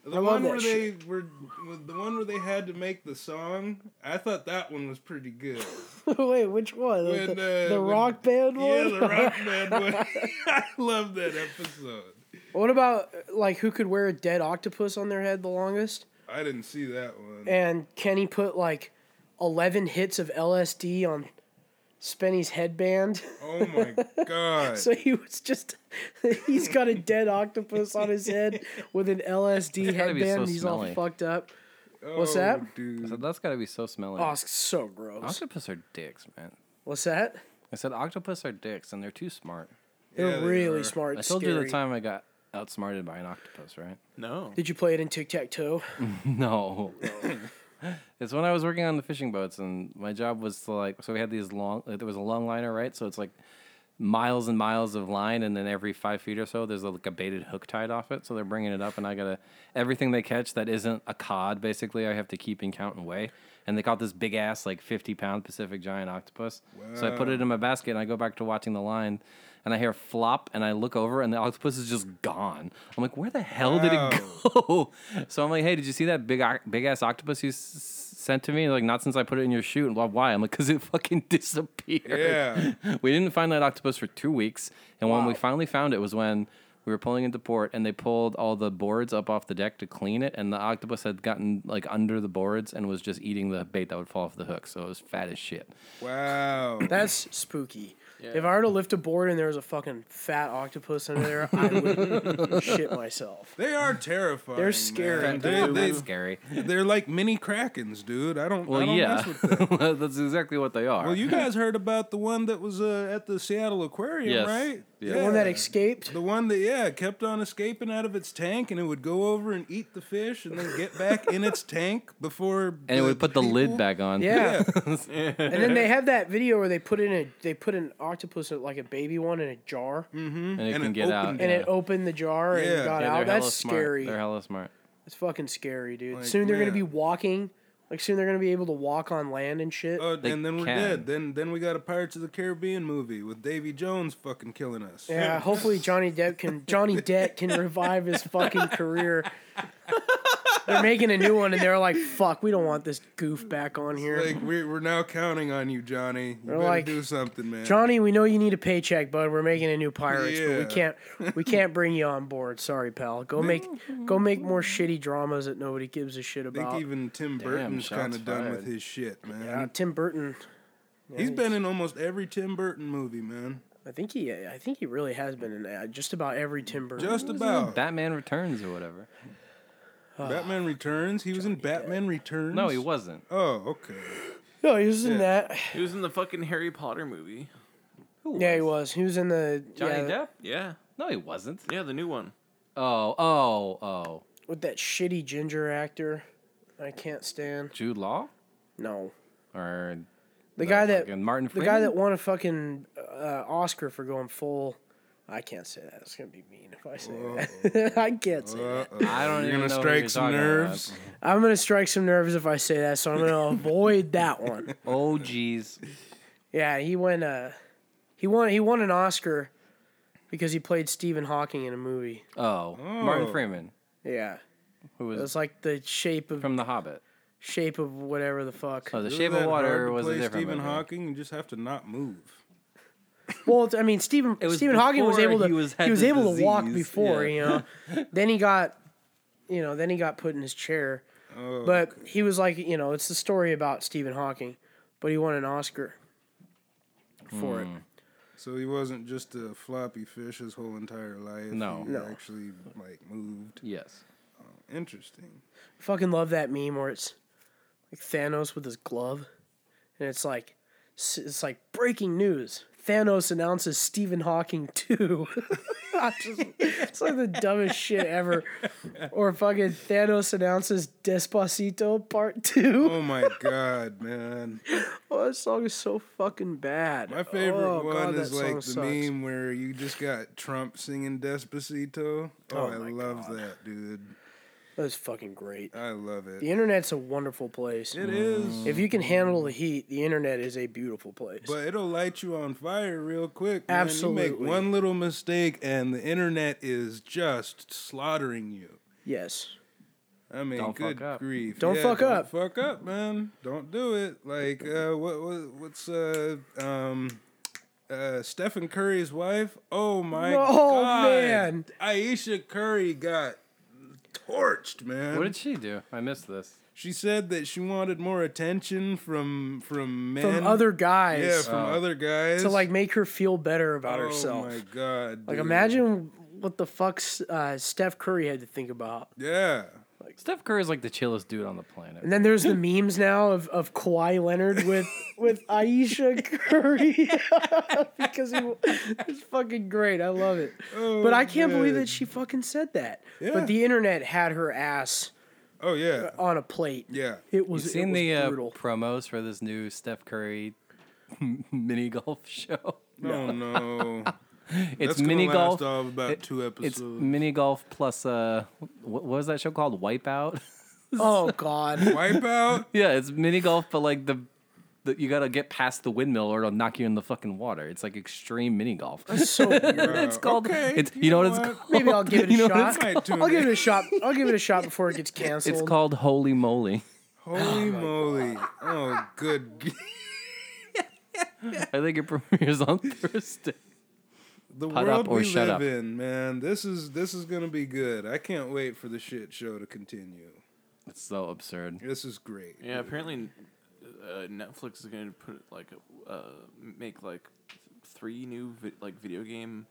Speaker 2: The
Speaker 3: love
Speaker 2: one
Speaker 3: that
Speaker 2: where
Speaker 3: shit.
Speaker 2: they were the one where they had to make the song. I thought that one was pretty good.
Speaker 3: Wait, which one? Like
Speaker 2: When,
Speaker 3: the
Speaker 2: uh,
Speaker 3: the
Speaker 2: when-
Speaker 3: rock band
Speaker 2: Yeah,
Speaker 3: one?
Speaker 2: the rock band one. I love that episode.
Speaker 3: what about like who could wear a dead octopus on their head the longest?
Speaker 2: I didn't see that one.
Speaker 3: And Kenny put like eleven hits of LSD on Spenny's headband.
Speaker 2: Oh my god.
Speaker 3: So he was just he's got a dead octopus on his head with an LSD
Speaker 1: gotta be
Speaker 3: headband.
Speaker 1: so
Speaker 3: and he's
Speaker 1: smelly.
Speaker 3: all fucked up.
Speaker 2: oh,
Speaker 3: what's that?
Speaker 1: So
Speaker 2: Dude.
Speaker 1: that's got to be so smelly.
Speaker 3: Oh, it's so gross.
Speaker 1: Octopus are dicks, man.
Speaker 3: What's that?
Speaker 1: I said octopus are dicks, and they're too smart.
Speaker 3: They're
Speaker 2: Yeah, they
Speaker 3: really
Speaker 2: are.
Speaker 3: smart.
Speaker 1: I told you
Speaker 3: scary.
Speaker 1: the time I got outsmarted by an octopus, right?
Speaker 4: No.
Speaker 3: Did you play it in tic tac toe?
Speaker 1: No. it's when I was working on the fishing boats, and my job was to like, so we had these long, like, there was a long liner, right? So it's like miles and miles of line, and then every five feet or so, there's like a baited hook tied off it. So they're bringing it up, and I gotta, everything they catch that isn't a cod, basically, I have to keep and count and weigh. And they caught this big ass, like 50 pound Pacific giant octopus. So I put it in my basket, and I go back to watching the line. And I hear flop, and I look over, and the octopus is just gone. I'm like, "Where the hell did it go?"
Speaker 2: Wow.
Speaker 1: Oh, so I'm like, hey, did you see that big oc- big ass octopus you s- sent to me? Like, not since I put it in your shoe. And why? why? I'm like, because it fucking disappeared.
Speaker 2: Yeah.
Speaker 1: We didn't find that octopus for two weeks, and when we finally found it was when we were pulling into port, and they pulled all the boards up off the deck to clean it, and the octopus had gotten like under the boards and was just eating the bait that would fall off the hook. So it was fat as shit.
Speaker 2: Wow.
Speaker 3: That's spooky. If I were to lift a board and there was a fucking fat octopus under there, I would shit myself.
Speaker 2: They are terrifying.
Speaker 3: They're scary.
Speaker 2: man.
Speaker 1: That's
Speaker 2: They,
Speaker 1: scary.
Speaker 2: are like mini krakens, dude. I don't. I
Speaker 1: Well,
Speaker 2: don't
Speaker 1: yeah,
Speaker 2: mess with them.
Speaker 1: that's exactly what they are.
Speaker 2: Well, you guys heard about the one that was uh, at the Seattle Aquarium,
Speaker 1: Yes.
Speaker 2: right?
Speaker 1: Yeah.
Speaker 3: The one that escaped.
Speaker 2: The one that yeah kept on escaping out of its tank, and it would go over and eat the fish, and then get back in its tank before.
Speaker 1: and it would put the lid
Speaker 2: people-
Speaker 1: back on.
Speaker 3: Yeah.
Speaker 2: Yeah,
Speaker 3: and then they have that video where they put in a they put an octopus like a baby one in a jar
Speaker 1: and it
Speaker 2: And
Speaker 1: can
Speaker 2: it
Speaker 1: get out.
Speaker 2: opened
Speaker 3: and
Speaker 1: yeah.
Speaker 3: it opened the jar and
Speaker 2: Mm.
Speaker 3: got
Speaker 2: Yeah.
Speaker 1: Yeah,
Speaker 3: out.
Speaker 1: they're hella
Speaker 3: That's
Speaker 1: smart.
Speaker 3: scary.
Speaker 1: They're hella smart.
Speaker 3: It's fucking scary, dude.
Speaker 2: Like,
Speaker 3: soon they're gonna
Speaker 2: man.
Speaker 3: be walking. Like soon they're gonna be able to walk on land and shit.
Speaker 2: Oh, and then we're
Speaker 1: can.
Speaker 2: dead. Then then we got a Pirates of the Caribbean movie with Davy Jones fucking killing us.
Speaker 3: yeah, hopefully Johnny Depp can Johnny Depp can revive his fucking career. they're making a new one and they're like, "Fuck, we don't want this goof back on here."
Speaker 2: Like we're, we're now counting on you, Johnny. You better
Speaker 3: like,
Speaker 2: do something, man.
Speaker 3: Johnny, we know you need a paycheck, bud. We're making a new Pirates, but we
Speaker 2: Yeah.
Speaker 3: can't we can't bring you on board. Sorry, pal. Go make go make more shitty dramas that nobody gives a shit
Speaker 2: I think
Speaker 3: about.
Speaker 2: even Tim Burton's
Speaker 1: shots
Speaker 2: kind of done
Speaker 1: fired.
Speaker 2: with his shit, man.
Speaker 3: Uh, Tim Burton,
Speaker 2: He's been in almost every Tim Burton movie, man.
Speaker 3: I think he I think he really has been in uh, just about every Tim Burton.
Speaker 2: Just
Speaker 1: It was in
Speaker 2: about
Speaker 1: Batman Returns or whatever.
Speaker 2: Batman Returns. He was in Batman Returns.
Speaker 1: No, he wasn't.
Speaker 2: Oh, okay.
Speaker 3: no, he was in that.
Speaker 4: He was in the fucking Harry Potter movie.
Speaker 3: Yeah, he was. He was in the
Speaker 1: Johnny
Speaker 3: yeah,
Speaker 1: Depp?
Speaker 4: Yeah.
Speaker 1: No, he wasn't.
Speaker 4: Yeah, the new one.
Speaker 1: Oh, oh, oh.
Speaker 3: with that shitty ginger actor. I can't stand.
Speaker 1: Jude Law
Speaker 3: No,
Speaker 1: or
Speaker 3: the guy that
Speaker 1: fucking Martin
Speaker 3: the
Speaker 1: Freeman.
Speaker 3: guy that won a fucking uh, Oscar for going full. I can't say that. It's gonna be mean if I say that. I can't say that.
Speaker 1: I don't
Speaker 2: You're
Speaker 1: even
Speaker 2: gonna
Speaker 1: know who
Speaker 2: strike
Speaker 1: you're
Speaker 2: some
Speaker 1: talking
Speaker 2: nerves.
Speaker 3: I'm gonna strike some nerves if I say that, so I'm gonna avoid that one.
Speaker 1: About. Oh, jeez.
Speaker 3: Yeah, he went. Uh, he won. He won an Oscar because he played Stephen Hawking in a movie.
Speaker 1: Oh, Martin Freeman,
Speaker 3: Yeah,
Speaker 1: who
Speaker 3: it
Speaker 1: was
Speaker 3: was like the shape of
Speaker 1: from The Hobbit.
Speaker 3: shape of whatever the fuck.
Speaker 1: Oh, The
Speaker 2: Really
Speaker 1: Shape
Speaker 2: that
Speaker 1: of Water
Speaker 2: hard to
Speaker 1: was a
Speaker 2: play
Speaker 1: different
Speaker 2: Stephen
Speaker 1: movie.
Speaker 2: Hawking. You just have to not move.
Speaker 3: Well, it's- I mean, Stephen
Speaker 1: was
Speaker 3: Stephen Hawking was
Speaker 1: before
Speaker 3: able to
Speaker 1: he
Speaker 3: he
Speaker 1: was
Speaker 3: was,
Speaker 1: had the
Speaker 3: able to walk
Speaker 1: disease,
Speaker 3: before,
Speaker 1: yeah.
Speaker 3: you know. then he got, you know, then he got put in his chair.
Speaker 2: Oh,
Speaker 3: But he was like, you know, it's the story about Stephen Hawking, but he won an Oscar for
Speaker 1: Hmm.
Speaker 3: it.
Speaker 2: so he wasn't just a floppy fish his whole entire life.
Speaker 1: No.
Speaker 2: he
Speaker 3: No.
Speaker 2: actually like moved.
Speaker 1: Yes.
Speaker 2: Interesting.
Speaker 3: Fucking love that meme where it's like Thanos with his glove, and it's like s- it's like breaking news. Thanos announces Stephen Hawking too. I just- it's like the dumbest shit ever. Or fucking Thanos announces Despacito Part Two.
Speaker 2: Oh my god, man!
Speaker 3: Oh, that song is so fucking bad.
Speaker 2: My favorite
Speaker 3: Oh,
Speaker 2: one
Speaker 3: God,
Speaker 2: is
Speaker 3: that
Speaker 2: like
Speaker 3: song
Speaker 2: the
Speaker 3: sucks.
Speaker 2: meme where you just got Trump singing Despacito. Oh,
Speaker 3: Oh
Speaker 2: I
Speaker 3: my
Speaker 2: love
Speaker 3: God.
Speaker 2: that, dude.
Speaker 3: That was fucking great.
Speaker 2: I love it.
Speaker 3: The internet's a wonderful place.
Speaker 2: It is.
Speaker 3: If you can handle the heat, the internet is a beautiful place.
Speaker 2: But it'll light you on fire real quick. Man. You
Speaker 3: Absolutely.
Speaker 2: make one little mistake and the internet is just slaughtering you.
Speaker 3: yes.
Speaker 2: I mean,
Speaker 1: Don't fuck
Speaker 2: good
Speaker 1: up.
Speaker 2: grief.
Speaker 3: Don't fuck
Speaker 2: don't
Speaker 3: up.
Speaker 2: Fuck up, man. Don't do it. Like, uh, what, what, what's uh, um, uh, Stephen Curry's wife? Oh my
Speaker 3: Oh,
Speaker 2: god,
Speaker 3: man.
Speaker 2: Aisha Curry got torched, man.
Speaker 1: What did she do? I missed this.
Speaker 2: She said that she wanted more attention from from men,
Speaker 3: from other guys Oh.
Speaker 2: yeah, from other guys
Speaker 3: to like make her feel better about
Speaker 2: oh
Speaker 3: herself.
Speaker 2: my god,
Speaker 3: Like
Speaker 2: dude.
Speaker 3: imagine what the fuck uh, Steph Curry had to think about.
Speaker 2: yeah.
Speaker 1: Steph Curry is like the chillest dude on the planet.
Speaker 3: And then there's the memes now of, of Kawhi Leonard with with Aisha Curry because he, it's fucking great. I love it. but I can't believe that she fucking said that.
Speaker 2: Oh, Yeah.
Speaker 3: But the internet had her ass
Speaker 2: Oh yeah,
Speaker 3: on a plate.
Speaker 2: yeah.
Speaker 3: It was
Speaker 1: You seen
Speaker 3: it was
Speaker 1: the uh,
Speaker 3: brutal.
Speaker 1: promos for this new Steph Curry mini golf show?
Speaker 2: Oh no,
Speaker 1: It's
Speaker 2: That's gonna
Speaker 1: mini
Speaker 2: last
Speaker 1: golf.
Speaker 2: off about
Speaker 1: it-
Speaker 2: two
Speaker 1: It's
Speaker 2: episodes.
Speaker 1: mini golf plus uh, wh- what was that show called? Wipeout.
Speaker 3: oh god.
Speaker 2: Wipeout.
Speaker 1: yeah, it's mini golf, but like the, the you gotta get past the windmill or it'll knock you in the fucking water. It's like extreme mini golf.
Speaker 3: So
Speaker 1: it's called.
Speaker 2: Uh, okay,
Speaker 1: It's you,
Speaker 2: you
Speaker 1: know,
Speaker 2: know
Speaker 1: what it's
Speaker 2: what?
Speaker 1: called.
Speaker 3: maybe I'll give it a
Speaker 1: You know,
Speaker 3: shot.
Speaker 2: I might tune
Speaker 3: I'll give
Speaker 2: in.
Speaker 3: it a shot. I'll give it a shot before it gets canceled.
Speaker 1: It's called Holy Moly.
Speaker 2: Holy moly! Oh, good. g-
Speaker 1: I think it premieres on Thursday.
Speaker 2: The
Speaker 1: Put
Speaker 2: world
Speaker 1: up or
Speaker 2: we
Speaker 1: shut
Speaker 2: live
Speaker 1: up.
Speaker 2: in, man. This is this is gonna be good. I can't wait for the shit show to continue.
Speaker 1: It's so absurd.
Speaker 2: This is great.
Speaker 4: Yeah, apparently uh, Netflix is going to put like a- uh, make like three new vi- like video game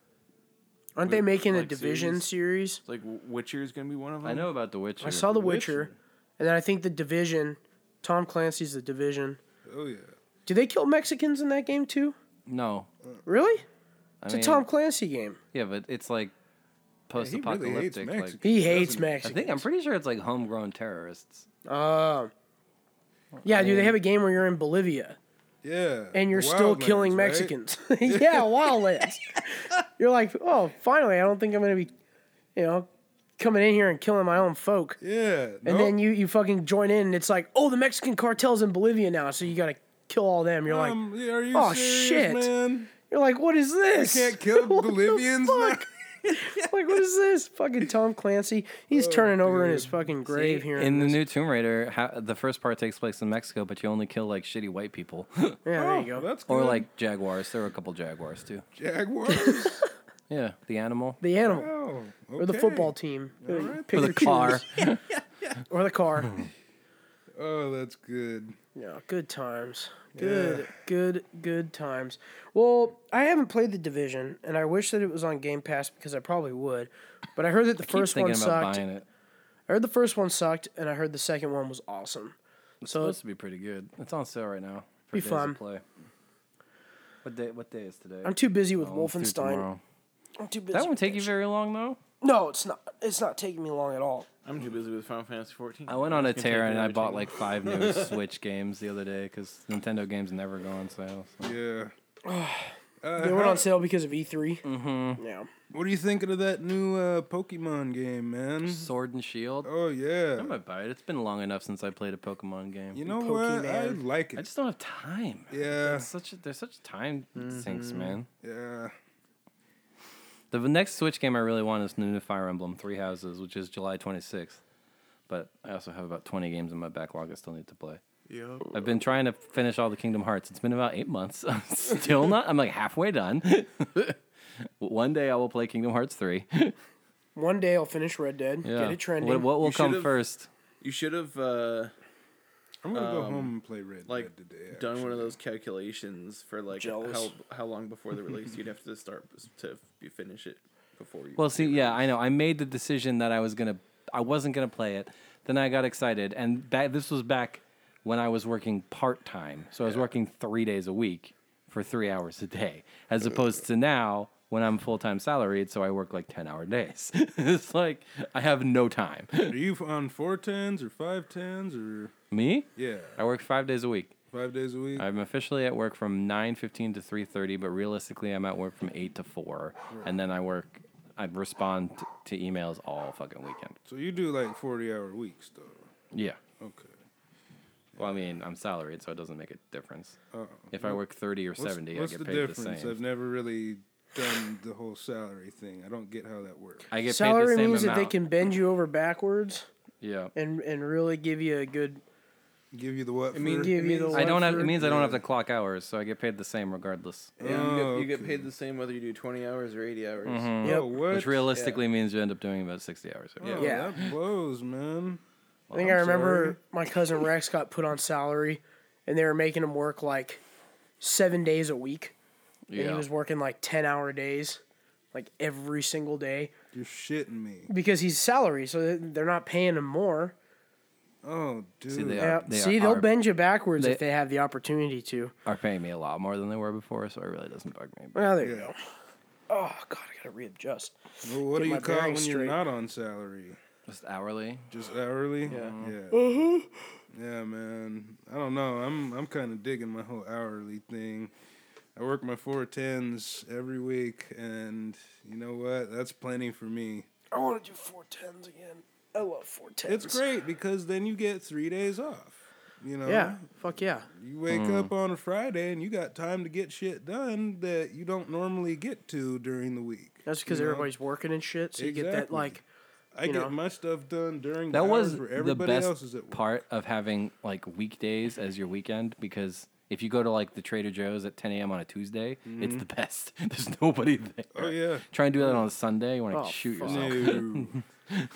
Speaker 3: Aren't they making a
Speaker 4: like
Speaker 3: division series?
Speaker 4: like Witcher is going to be one of them.
Speaker 1: I know about The Witcher.
Speaker 3: I saw The Witcher. and then I think the Division. Tom Clancy's the Division.
Speaker 2: Oh yeah.
Speaker 3: Do they kill Mexicans in that game too?
Speaker 1: No,
Speaker 3: Really?
Speaker 1: I
Speaker 3: It's
Speaker 1: mean,
Speaker 3: a Tom Clancy game.
Speaker 1: yeah, but it's like
Speaker 2: Yeah, he really hates
Speaker 1: post-apocalyptic. like,
Speaker 2: Mexicans.
Speaker 3: He hates
Speaker 2: doesn't he?
Speaker 1: I
Speaker 3: Mexicans.
Speaker 1: think I'm pretty sure it's like homegrown terrorists.
Speaker 3: Uh, yeah, dude, they have a game where you're in Bolivia
Speaker 2: Yeah.
Speaker 3: and you're still
Speaker 2: Wildlands,
Speaker 3: killing
Speaker 2: right?
Speaker 3: Mexicans. yeah, wildlands. you're like, oh, finally, I don't think I'm gonna be, you know, coming in here and killing my own folk.
Speaker 2: Yeah.
Speaker 3: And then you you fucking join in, and it's like, oh, the Mexican cartel's in Bolivia now, so you gotta kill all them. You're like,
Speaker 2: Um, are you
Speaker 3: "Oh,
Speaker 2: serious,
Speaker 3: shit."
Speaker 2: man?
Speaker 3: you're like, what is this?
Speaker 2: Can't kill
Speaker 3: What the
Speaker 2: Bolivians. now?
Speaker 3: fuck? like, what is this? Fucking Tom Clancy. He's turning over in his fucking grave here.
Speaker 1: In the new Tomb Raider, ha- the first part takes place in Mexico, but you only kill like shitty white people
Speaker 3: yeah, there you go.
Speaker 2: Oh, that's good.
Speaker 1: or like jaguars. There were a couple jaguars too.
Speaker 2: jaguars.
Speaker 1: Yeah, the animal
Speaker 3: The animal.
Speaker 2: oh,
Speaker 3: Or the
Speaker 2: okay.
Speaker 3: football team. Pick
Speaker 1: or the
Speaker 3: or choose.
Speaker 1: car.
Speaker 3: Or the car.
Speaker 2: Oh, that's good.
Speaker 3: yeah, good times. Good, good, good times. Well, I haven't played The Division, and I wish that it was on Game Pass because I probably would. But I heard that the
Speaker 1: Keep
Speaker 3: first one
Speaker 1: thinking about
Speaker 3: sucked.
Speaker 1: buying it.
Speaker 3: I heard the first one sucked, and I heard the second one was awesome.
Speaker 1: It's
Speaker 3: So
Speaker 1: supposed to be pretty good. It's on sale right now. For
Speaker 3: Be
Speaker 1: days
Speaker 3: fun.
Speaker 1: To play. What day? What day is today?
Speaker 3: I'm too busy with
Speaker 1: Oh, it's through
Speaker 3: Wolfenstein.
Speaker 1: tomorrow.
Speaker 3: I'm too busy.
Speaker 1: That won't
Speaker 3: with
Speaker 1: take you
Speaker 3: shit.
Speaker 1: very long though.
Speaker 3: No, it's not. It's not taking me long at all.
Speaker 4: I'm too busy with Final Fantasy 14.
Speaker 1: I went on a tear and I bought like five new Switch games the other day because Nintendo games never go on sale. So.
Speaker 2: Yeah.
Speaker 3: They
Speaker 1: Uh-huh.
Speaker 3: went on sale because of E3. Mm-hmm. Yeah.
Speaker 2: What are you thinking of that new uh, Pokemon game, man?
Speaker 1: Sword and Shield.
Speaker 2: Oh yeah.
Speaker 1: I might buy it. It's been long enough since I played a Pokemon game.
Speaker 2: You know what? I
Speaker 3: Pokemon.
Speaker 2: like it.
Speaker 1: I just don't have time.
Speaker 2: Yeah.
Speaker 1: It's such a, there's such time sinks, man.
Speaker 2: yeah.
Speaker 1: The v- next Switch game I really want is the new Fire Emblem Three Houses, which is July 26th. But I also have about 20 games in my backlog I still need to play.
Speaker 4: Yep.
Speaker 1: I've been trying to finish all the Kingdom Hearts. It's been about eight months. I'm still not. I'm like halfway done. One day I will play Kingdom Hearts 3.
Speaker 3: One day I'll finish Red Dead.
Speaker 1: Yeah.
Speaker 3: Get it trending.
Speaker 1: What, what will
Speaker 4: You
Speaker 1: come
Speaker 4: should've-
Speaker 1: first?
Speaker 4: You should have uh,
Speaker 2: I'm gonna go
Speaker 1: um,
Speaker 2: home and play Red
Speaker 4: like
Speaker 2: Dead today.
Speaker 4: done one of those calculations for like
Speaker 3: Jealous.
Speaker 4: how how long before the release you'd have to start to f- finish it before you.
Speaker 1: Well, see, yeah, I know. I made the decision that I was gonna, I wasn't gonna play it. Then I got excited, and that this was back when I was working part time, so I was working three days a week for three hours a day, as opposed to now when I'm full time salaried, so I work like ten hour days. it's like I have no time.
Speaker 2: Are you on four tens or five tens or
Speaker 1: Me?
Speaker 2: yeah,
Speaker 1: I work five days a week.
Speaker 2: five days a week?
Speaker 1: I'm officially at work from 9:15 to 3:30, but realistically I'm at work from 8 to 4, and then I work I respond t- to emails all fucking weekend.
Speaker 2: so you do like forty hour weeks though.
Speaker 1: Yeah.
Speaker 2: Okay.
Speaker 1: Well, I mean, I'm salaried, so it doesn't make a difference.
Speaker 2: Oh.
Speaker 1: If I work 30 or 70,
Speaker 2: what's
Speaker 1: I
Speaker 2: the
Speaker 1: get paid the
Speaker 2: difference?
Speaker 1: same.
Speaker 2: I've never really done the whole salary thing. I don't get how that works.
Speaker 1: I get
Speaker 3: Salary
Speaker 1: paid the same
Speaker 3: means that
Speaker 1: amount.
Speaker 3: they can bend you over backwards.
Speaker 1: Yeah.
Speaker 3: and and really give you a good
Speaker 2: Give you the what? I
Speaker 4: mean,
Speaker 3: give you the.
Speaker 1: I don't have. It
Speaker 3: word
Speaker 1: means I don't have to clock hours, so I get paid the same regardless.
Speaker 4: Yeah, you, get,
Speaker 2: Oh,
Speaker 4: you get
Speaker 2: okay.
Speaker 4: paid the same whether you do 20 hours or 80 hours.
Speaker 1: Mm-hmm.
Speaker 3: for-
Speaker 2: oh,
Speaker 3: Yep.
Speaker 2: what?
Speaker 1: Which realistically means you end up doing about sixty hours.
Speaker 2: Oh,
Speaker 1: Yeah.
Speaker 3: Yeah.
Speaker 2: that blows, man.
Speaker 3: I think I remember my cousin Rex got put on salary, and they were making him work like seven days a week, and
Speaker 1: Yeah.
Speaker 3: he was working like ten hour days, like every single day
Speaker 2: You're shitting me.
Speaker 3: because he's salary, so they- they're not paying him more.
Speaker 2: Oh, dude.
Speaker 1: they are-
Speaker 3: Yeah,
Speaker 1: they
Speaker 3: see, they'll
Speaker 1: are-
Speaker 3: bend you backwards
Speaker 1: they-
Speaker 3: if they have the opportunity to.
Speaker 1: Are paying me a lot more than they were before, so it really doesn't bug me. But
Speaker 3: Well, there you
Speaker 2: Yeah.
Speaker 3: go. Oh God, I gotta readjust.
Speaker 2: Well, what do
Speaker 3: my
Speaker 2: you call it when
Speaker 3: bearings
Speaker 2: you're
Speaker 3: straight.
Speaker 2: not on salary?
Speaker 1: just hourly.
Speaker 2: Just hourly? Yeah. Yeah. Uh-huh. yeah, man. I don't know. I'm I'm kind of digging my whole hourly thing. I work my four tens every week, and you know what? That's plenty for me.
Speaker 3: I want to do four tens again. I love four tens.
Speaker 2: It's great because then you get three days off. You know,
Speaker 3: Yeah, fuck yeah.
Speaker 2: You wake up on a Friday and you got time to get shit done that you don't normally get to during the week.
Speaker 3: That's because
Speaker 2: you know?
Speaker 3: everybody's working and shit, so you get that
Speaker 2: Exactly.
Speaker 3: like
Speaker 2: I
Speaker 3: you
Speaker 2: get
Speaker 3: know.
Speaker 2: my stuff done during
Speaker 1: That
Speaker 2: the
Speaker 1: was
Speaker 2: hours where
Speaker 1: the
Speaker 2: everybody
Speaker 1: best
Speaker 2: else is at work.
Speaker 1: part of having like weekdays as your weekend because if you go to like the Trader Joe's at 10 a.m. on a Tuesday, it's the best. There's nobody there.
Speaker 2: Mm-hmm. Oh yeah.
Speaker 1: Try and do that on a Sunday, you want to
Speaker 3: Oh,
Speaker 1: shoot
Speaker 3: fuck.
Speaker 1: yourself.
Speaker 2: No.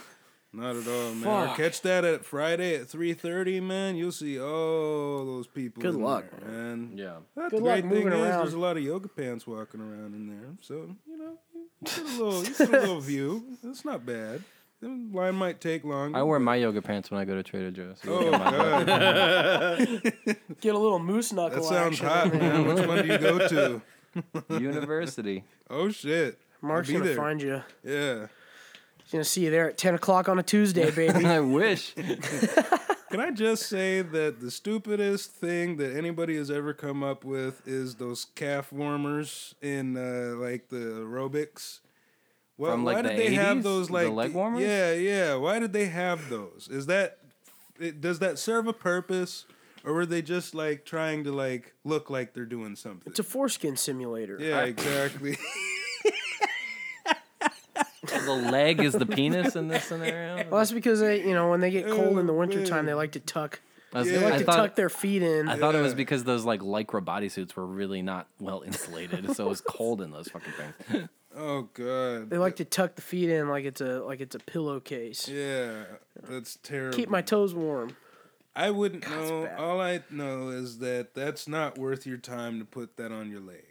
Speaker 2: Not at all, man. Or catch that at Friday at three thirty, man. You'll see all those people.
Speaker 3: Good
Speaker 2: in
Speaker 3: luck,
Speaker 2: there, man.
Speaker 1: Yeah.
Speaker 2: That's
Speaker 3: Good
Speaker 2: the
Speaker 3: luck
Speaker 2: great thing
Speaker 3: moving
Speaker 2: is
Speaker 3: around.
Speaker 2: there's a lot of yoga pants walking around in there, so you know you get a little, you get a little view. That's not bad. The line might take long.
Speaker 1: I wear my yoga pants when I go to Trader Joe's. You look
Speaker 2: Oh
Speaker 1: at my-
Speaker 2: god,
Speaker 3: get a little moose knuckle.
Speaker 2: that sounds
Speaker 3: action
Speaker 2: hot,
Speaker 3: in there.
Speaker 2: man. Which one do you go to?
Speaker 1: University.
Speaker 2: Oh shit, I'll
Speaker 3: Mark's
Speaker 2: be
Speaker 3: gonna
Speaker 2: there.
Speaker 3: find you.
Speaker 2: Yeah.
Speaker 3: He's gonna see you there at ten o'clock on a Tuesday, baby.
Speaker 1: I wish.
Speaker 2: Can I just say that the stupidest thing that anybody has ever come up with is those calf warmers in uh, like the aerobics? Well,
Speaker 1: From, like,
Speaker 2: why
Speaker 1: the
Speaker 2: did they have
Speaker 1: 80s?
Speaker 2: those
Speaker 1: The
Speaker 2: like
Speaker 1: leg warmers?
Speaker 2: Yeah, yeah. Why did they have those? Is that it, does that serve a purpose, or were they just like trying to like look like they're doing something?
Speaker 3: it's a foreskin simulator.
Speaker 2: yeah, exactly.
Speaker 1: the leg is the penis in this scenario.
Speaker 3: Well, that's because they, you know, when they get cold in the
Speaker 2: Oh,
Speaker 3: wintertime,
Speaker 2: man.
Speaker 3: they like to tuck,
Speaker 1: I, was-
Speaker 2: Yeah.
Speaker 1: I
Speaker 3: to
Speaker 1: thought,
Speaker 3: tuck their feet in.
Speaker 1: I thought it was
Speaker 2: Yeah.
Speaker 1: because those like lycra bodysuits were really not well insulated, so it was cold in those fucking things.
Speaker 2: oh god.
Speaker 3: they like to tuck the feet in like it's a like it's a pillowcase.
Speaker 2: yeah, that's terrible.
Speaker 3: Keep my toes warm.
Speaker 2: I wouldn't know.
Speaker 3: bad.
Speaker 2: All I know is that that's not worth your time to put that on your leg.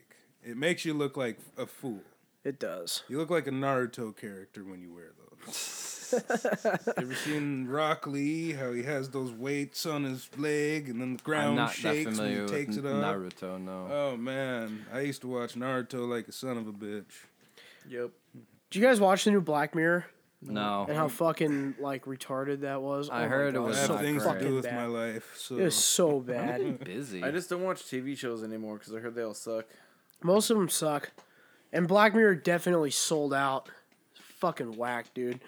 Speaker 2: It makes you look like a fool.
Speaker 3: It does.
Speaker 2: You look like a Naruto character when you wear those. Ever seen Rock Lee? How he has those weights on his leg, and then the
Speaker 1: I'm
Speaker 2: ground
Speaker 1: not that
Speaker 2: shakes when
Speaker 1: familiar
Speaker 2: he
Speaker 1: with
Speaker 2: takes it off.
Speaker 1: Naruto. No.
Speaker 2: Oh man, I used to watch Naruto like a son of a bitch.
Speaker 4: Yep.
Speaker 3: Did you guys watch the new Black Mirror
Speaker 1: no.
Speaker 3: and how fucking like retarded that was?
Speaker 1: Um,
Speaker 3: Oh
Speaker 1: I
Speaker 3: my
Speaker 1: heard it
Speaker 3: God,
Speaker 2: I
Speaker 1: was
Speaker 2: have
Speaker 1: not
Speaker 2: things to
Speaker 1: great.
Speaker 2: do with
Speaker 3: bad.
Speaker 2: my life, so
Speaker 3: It was so bad.
Speaker 1: busy.
Speaker 4: I just don't watch TV shows anymore because I heard they all suck.
Speaker 3: Most of them suck, and Black Mirror definitely sold out. Fucking whack, dude.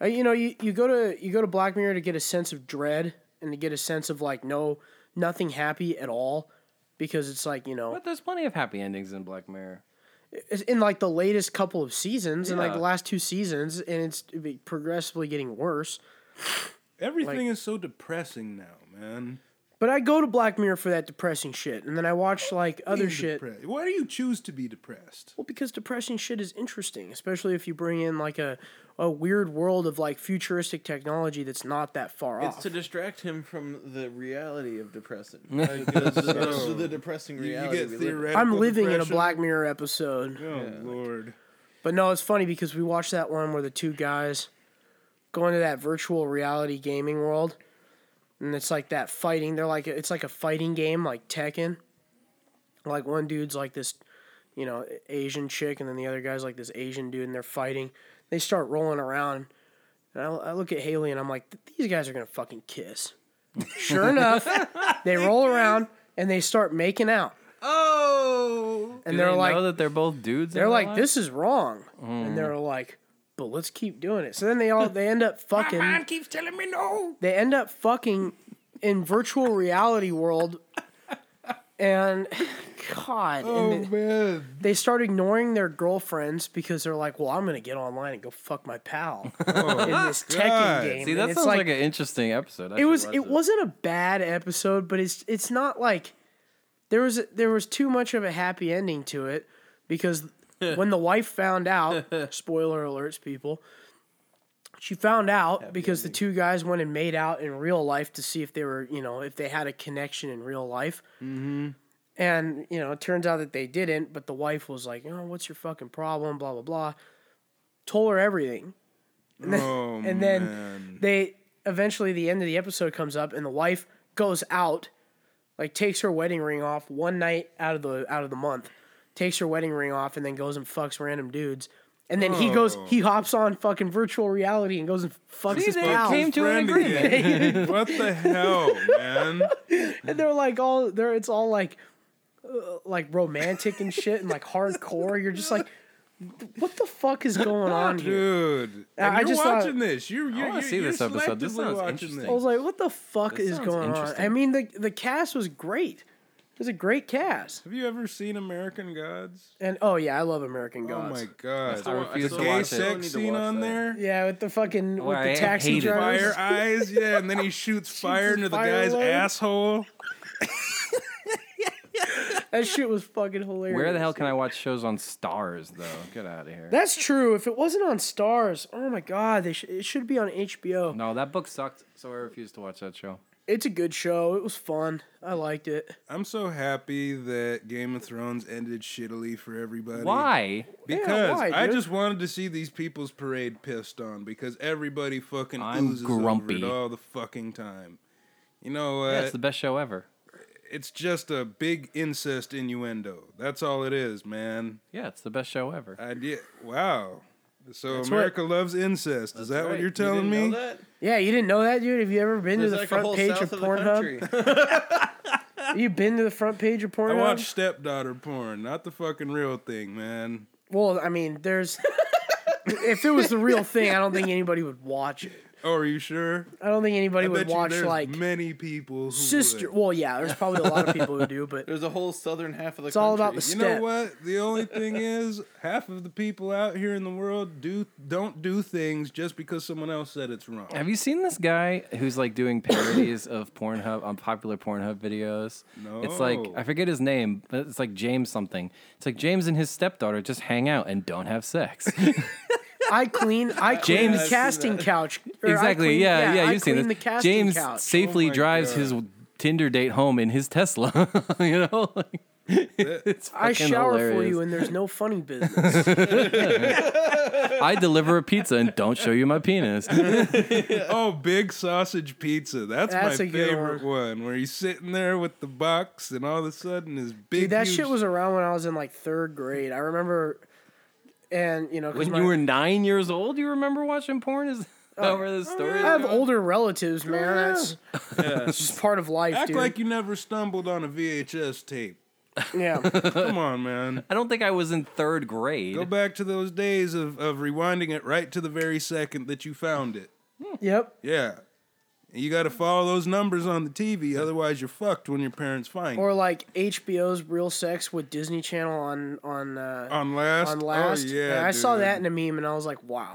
Speaker 3: Uh, you know, you, you go to you go to Black Mirror to get a sense of dread and to get a sense of like no nothing happy at all because it's like you know
Speaker 1: But there's plenty of happy endings in Black Mirror.
Speaker 3: it's in like the latest couple of seasons and like
Speaker 1: Yeah.
Speaker 3: the last two seasons and it's be- progressively getting worse
Speaker 2: everything is so depressing now, man.
Speaker 3: but i go to black mirror for that depressing shit and then i watch like other
Speaker 2: Being
Speaker 3: shit
Speaker 2: depre- Why do you choose to be depressed?
Speaker 3: well because depressing shit is interesting especially if you bring in like a, a weird world of like futuristic technology that's not that far
Speaker 4: It's
Speaker 3: off
Speaker 4: to distract him from the reality of depressing. Because this is the depressing
Speaker 2: You- You
Speaker 4: reality.
Speaker 2: get
Speaker 4: we live in.
Speaker 2: theoretical.
Speaker 3: i'm living in a
Speaker 2: depression.
Speaker 3: black mirror episode
Speaker 2: Oh lord.
Speaker 3: But no, it's funny because we watched that one where the two guys go into that virtual reality gaming world, and it's like that fighting. They're like it's like a fighting game, like Tekken. Like one dude's like this, you know, Asian chick, and then the other guy's like this Asian dude, and they're fighting. They start rolling around, and I, I look at Haley and I'm like, these guys are gonna fucking kiss. Sure enough, they roll around and they start making out,
Speaker 2: Oh.
Speaker 3: and
Speaker 1: Do
Speaker 3: they're
Speaker 1: they
Speaker 3: like,
Speaker 1: know that they're both dudes. in
Speaker 3: they're
Speaker 1: real
Speaker 3: like,
Speaker 1: life?
Speaker 3: this is wrong.
Speaker 1: Mm.
Speaker 3: And they're like, but let's keep doing it. So then they all they end up fucking.
Speaker 2: keeps telling me no.
Speaker 3: They end up fucking in virtual reality world And God,
Speaker 2: Oh
Speaker 3: and they,
Speaker 2: man,
Speaker 3: they start ignoring their girlfriends because they're like, "Well, I'm gonna get online and go fuck my pal in this Tekken
Speaker 2: God.
Speaker 3: game."
Speaker 1: Oh, See,
Speaker 3: And
Speaker 1: that
Speaker 3: it's
Speaker 1: sounds like, an interesting episode. I
Speaker 3: it
Speaker 1: should
Speaker 3: was
Speaker 1: watch
Speaker 3: it
Speaker 1: that.
Speaker 3: wasn't a bad episode, but it's it's not like there was there was too much of a happy ending to it because when the wife found out, spoiler alerts, people, she found out because the two guys went and made out in real life to see if they were you know if they had a connection in real life. Mm-hmm. And you know, it turns out that they didn't. But the wife was like, "Oh, what's your fucking problem?" Blah blah blah. Told her everything
Speaker 2: oh
Speaker 3: and then they eventually the end of the episode comes up and the wife goes out like takes her wedding ring off one night out of the out of the month takes her wedding ring off and then goes and fucks random dudes and then he goes he hops on fucking virtual reality and goes and fucks his
Speaker 1: they
Speaker 3: pals
Speaker 1: came to an
Speaker 2: Um, friend
Speaker 1: agreement.
Speaker 2: again. what the hell, man?
Speaker 3: and they're like all they're it's all like uh, like romantic and shit and like hardcore you're just like what the fuck is going on here
Speaker 2: Dude,
Speaker 3: I-
Speaker 2: and
Speaker 3: I
Speaker 2: you're
Speaker 3: just thought-
Speaker 2: watching this. You're, you're,
Speaker 1: wanna
Speaker 2: you're,
Speaker 1: see
Speaker 2: you're
Speaker 1: this episode. This
Speaker 2: selectively
Speaker 1: sounds
Speaker 2: watching
Speaker 1: interesting.
Speaker 2: this.
Speaker 3: I was like, what the fuck is
Speaker 1: sounds
Speaker 3: going on? I
Speaker 1: interesting.
Speaker 3: mean, the the cast was great. It was a great cast.
Speaker 2: Have you ever seen American Gods?
Speaker 3: And oh yeah, I love American
Speaker 2: Oh
Speaker 3: Gods.
Speaker 2: my god,
Speaker 1: I refuse
Speaker 2: the
Speaker 1: to
Speaker 2: gay
Speaker 1: watch it.
Speaker 2: sex scene on there.
Speaker 3: Yeah, with the fucking
Speaker 1: Well, I
Speaker 3: with the taxi
Speaker 1: hated it.
Speaker 3: drivers.
Speaker 2: Fire eyes, yeah, and then he shoots fire into the
Speaker 3: fire
Speaker 2: guy's
Speaker 3: away.
Speaker 2: asshole.
Speaker 3: That shit was fucking hilarious.
Speaker 1: Where the hell can I watch shows on stars though? Get out of here.
Speaker 3: That's true. If it wasn't on Stars, oh my god, they sh- it should be on HBO.
Speaker 1: no, that book sucked, so I refuse to watch that show.
Speaker 3: It's a good show. It was fun. I liked it.
Speaker 2: I'm so happy that Game of Thrones ended shittily for everybody.
Speaker 1: Why?
Speaker 2: Because
Speaker 3: why,
Speaker 2: I
Speaker 3: dude?
Speaker 2: just wanted to see these people's parade pissed on because everybody fucking
Speaker 1: I'm
Speaker 2: oozes
Speaker 1: grumpy.
Speaker 2: over it all the fucking time. You know what?
Speaker 1: Yeah, it's the best show ever.
Speaker 2: it's just a big incest innuendo. That's all it is, man.
Speaker 1: Yeah, it's the best show ever.
Speaker 2: I did. Wow. So America loves incest. Is that what you're telling me?
Speaker 3: Yeah, you didn't know that, dude. Have you ever been
Speaker 4: There's
Speaker 3: to the
Speaker 4: like a
Speaker 3: front
Speaker 4: whole
Speaker 3: page
Speaker 4: south
Speaker 3: of
Speaker 4: of the
Speaker 3: Pornhub?
Speaker 4: country.
Speaker 3: Have you been to the front page of Pornhub?
Speaker 2: I watch stepdaughter porn, not the fucking real thing, man.
Speaker 3: Well, I mean, there's. if it was the real thing, I don't think anybody would watch it.
Speaker 2: Oh, are you sure?
Speaker 3: I don't think anybody
Speaker 2: I
Speaker 3: would
Speaker 2: bet you
Speaker 3: watch
Speaker 2: there's
Speaker 3: like
Speaker 2: many people who
Speaker 3: sister.
Speaker 2: would.
Speaker 3: Well, yeah, there's probably a lot of people who do, but
Speaker 4: There's a whole southern half of the
Speaker 3: It's all about
Speaker 2: You
Speaker 4: country.
Speaker 2: know
Speaker 3: Step.
Speaker 2: what? The only thing is, half of the people out here in the world do don't do things just because someone else said it's wrong.
Speaker 1: Have you seen this guy who's like doing parodies of Pornhub on popular Pornhub videos? It's like
Speaker 2: No.
Speaker 1: I forget his name, but it's like James something. It's like James and his stepdaughter just hang out and don't have sex.
Speaker 3: I clean. I clean
Speaker 1: James-
Speaker 3: the casting couch. or I
Speaker 1: exactly.
Speaker 3: clean-
Speaker 1: yeah, yeah,
Speaker 3: I
Speaker 1: you've seen
Speaker 3: clean
Speaker 1: this.
Speaker 3: the casting
Speaker 1: James
Speaker 3: couch.
Speaker 1: safely
Speaker 2: Oh my
Speaker 1: drives his Tinder date home in his Tesla. you know, Like, it's
Speaker 3: I
Speaker 1: fucking
Speaker 3: shower
Speaker 1: hilarious.
Speaker 3: for you, and there's no funny business.
Speaker 1: I deliver a pizza and don't show you my penis.
Speaker 2: Oh, big sausage pizza. That's,
Speaker 3: That's
Speaker 2: my
Speaker 3: a good
Speaker 2: favorite one. Where he's sitting there with the box, and all of a sudden his big.
Speaker 3: Dude, that
Speaker 2: huge-
Speaker 3: shit was around when I was in like third grade. I remember, and you know, 'cause
Speaker 1: When
Speaker 3: my, Oh,
Speaker 1: you were nine years old, you remember watching porn? Is that where the story?
Speaker 3: I have older relatives, man. That's it's just part of life,
Speaker 2: Act
Speaker 3: dude.
Speaker 2: like you never stumbled on a VHS tape.
Speaker 3: yeah,
Speaker 2: Come on, man.
Speaker 1: I don't think I was in third grade.
Speaker 2: Go back to those days of, of rewinding it right to the very second that you found it.
Speaker 3: yep.
Speaker 2: Yeah. And you got to follow those numbers on the TV, otherwise you're fucked when your parents find you.
Speaker 3: Or like HBO's Real Sex with Disney Channel on on uh,
Speaker 2: on last.
Speaker 3: on last.
Speaker 2: Oh,
Speaker 3: yeah,
Speaker 2: yeah,
Speaker 3: I saw
Speaker 2: dude.
Speaker 3: that in a meme, and I was like, wow.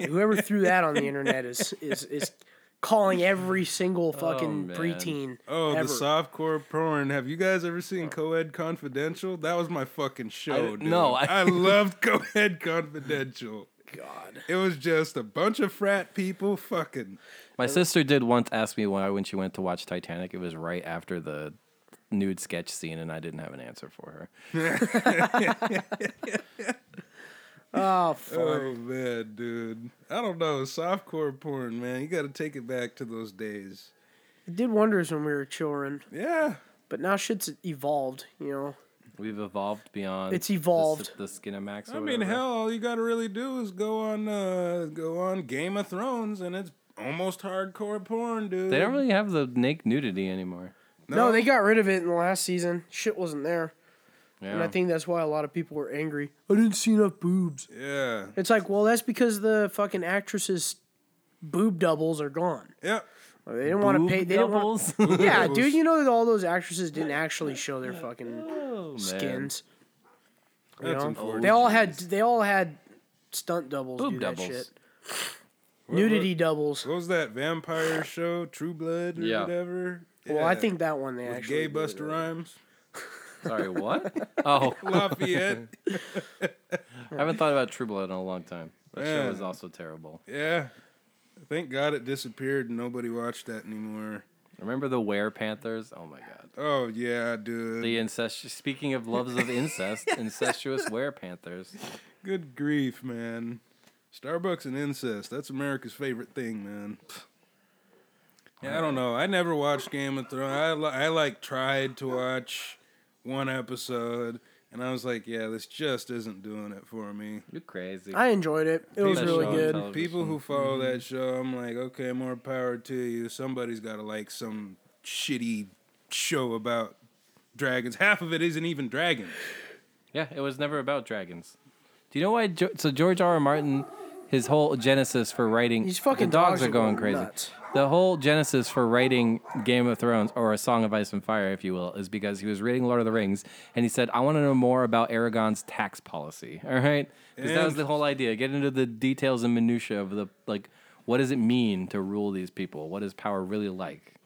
Speaker 3: Whoever threw that on the internet is is is calling every single fucking
Speaker 1: man.
Speaker 3: preteen.
Speaker 2: Oh,
Speaker 3: ever.
Speaker 2: the softcore porn. Have you guys ever seen Coed Confidential? That was my fucking show,
Speaker 1: I-
Speaker 2: dude.
Speaker 1: no,
Speaker 2: I,
Speaker 1: I-
Speaker 2: loved Coed Confidential.
Speaker 3: God.
Speaker 2: It was just a bunch of frat people fucking.
Speaker 1: My sister did once ask me why when she went to watch Titanic, it was right after the nude sketch scene, and I didn't have an answer for her.
Speaker 3: Oh, fuck.
Speaker 2: Oh man, dude. I don't know, softcore porn, man. You got to take it back to those days.
Speaker 3: It did wonders when we were children,
Speaker 2: Yeah.
Speaker 3: but now shit's evolved. You know,
Speaker 1: We've evolved beyond.
Speaker 3: It's evolved.
Speaker 1: The, s- the Skinamax. or
Speaker 2: I mean,
Speaker 1: whatever.
Speaker 2: hell, all you got to really do is go on, uh, go on Game of Thrones, and it's almost hardcore porn, dude.
Speaker 1: They don't really have the naked nudity anymore.
Speaker 3: no. they got rid of it in the last season. Shit wasn't there,
Speaker 1: Yeah.
Speaker 3: and I think that's why a lot of people were angry. I didn't see enough boobs.
Speaker 2: Yeah.
Speaker 3: It's like, well, that's because the fucking actresses' boob doubles are gone.
Speaker 2: Yep.
Speaker 3: They didn't want to
Speaker 1: Boob
Speaker 3: pay. They didn't want.
Speaker 1: doubles?
Speaker 3: Yeah, dude. You know that all those actresses didn't actually show their fucking
Speaker 1: Oh, man.
Speaker 3: skins. You
Speaker 2: That's
Speaker 3: know?
Speaker 2: unfortunate.
Speaker 3: They all had. They all had stunt doubles
Speaker 1: Boob
Speaker 3: do that
Speaker 1: doubles.
Speaker 3: shit. Nudity doubles.
Speaker 2: What was that vampire show, True Blood or
Speaker 1: Yeah.
Speaker 2: whatever?
Speaker 3: Well, I
Speaker 2: Yeah.
Speaker 3: think that one they
Speaker 2: With
Speaker 3: actually.
Speaker 2: Gay Buster Rhymes,
Speaker 1: Sorry, what? Oh,
Speaker 2: Lafayette.
Speaker 1: I haven't thought about True Blood in a long time. That show
Speaker 2: Yeah.
Speaker 1: was also terrible.
Speaker 2: yeah. Thank God it disappeared and nobody watched that anymore.
Speaker 1: Remember the Were Panthers? Oh my god.
Speaker 2: Oh yeah, dude.
Speaker 1: The incest. Speaking of loves of incest, incestuous Were Panthers.
Speaker 2: Good grief, man. Starbucks and incest. That's America's favorite thing, man. Yeah, I don't know. I never watched Game of Thrones. I, li- I like tried to watch one episode and I was like, yeah, this just isn't doing it for me.
Speaker 1: You crazy?
Speaker 3: I enjoyed it. It was
Speaker 1: That
Speaker 3: really
Speaker 1: show on
Speaker 3: good.
Speaker 1: television.
Speaker 2: People who follow
Speaker 3: Mm-hmm.
Speaker 2: that show, I'm like, okay, more power to you. Somebody's got to like some shitty show about dragons. Half of it isn't even dragons.
Speaker 1: Yeah, it was never about dragons. Do you know why? Jo- so George R. R. Martin, his whole genesis for writing
Speaker 3: These fucking
Speaker 1: the dogs,
Speaker 3: dogs
Speaker 1: are
Speaker 3: are
Speaker 1: going
Speaker 3: going
Speaker 1: crazy.
Speaker 3: nuts.
Speaker 1: The whole genesis for writing Game of Thrones or A Song of Ice and Fire, if you will, is because he was reading Lord of the Rings and he said, "I want to know more about Aragon's tax policy." All right, because that was the whole idea. Get into the details and minutia of the like, what does it mean to rule these people? What is power really like?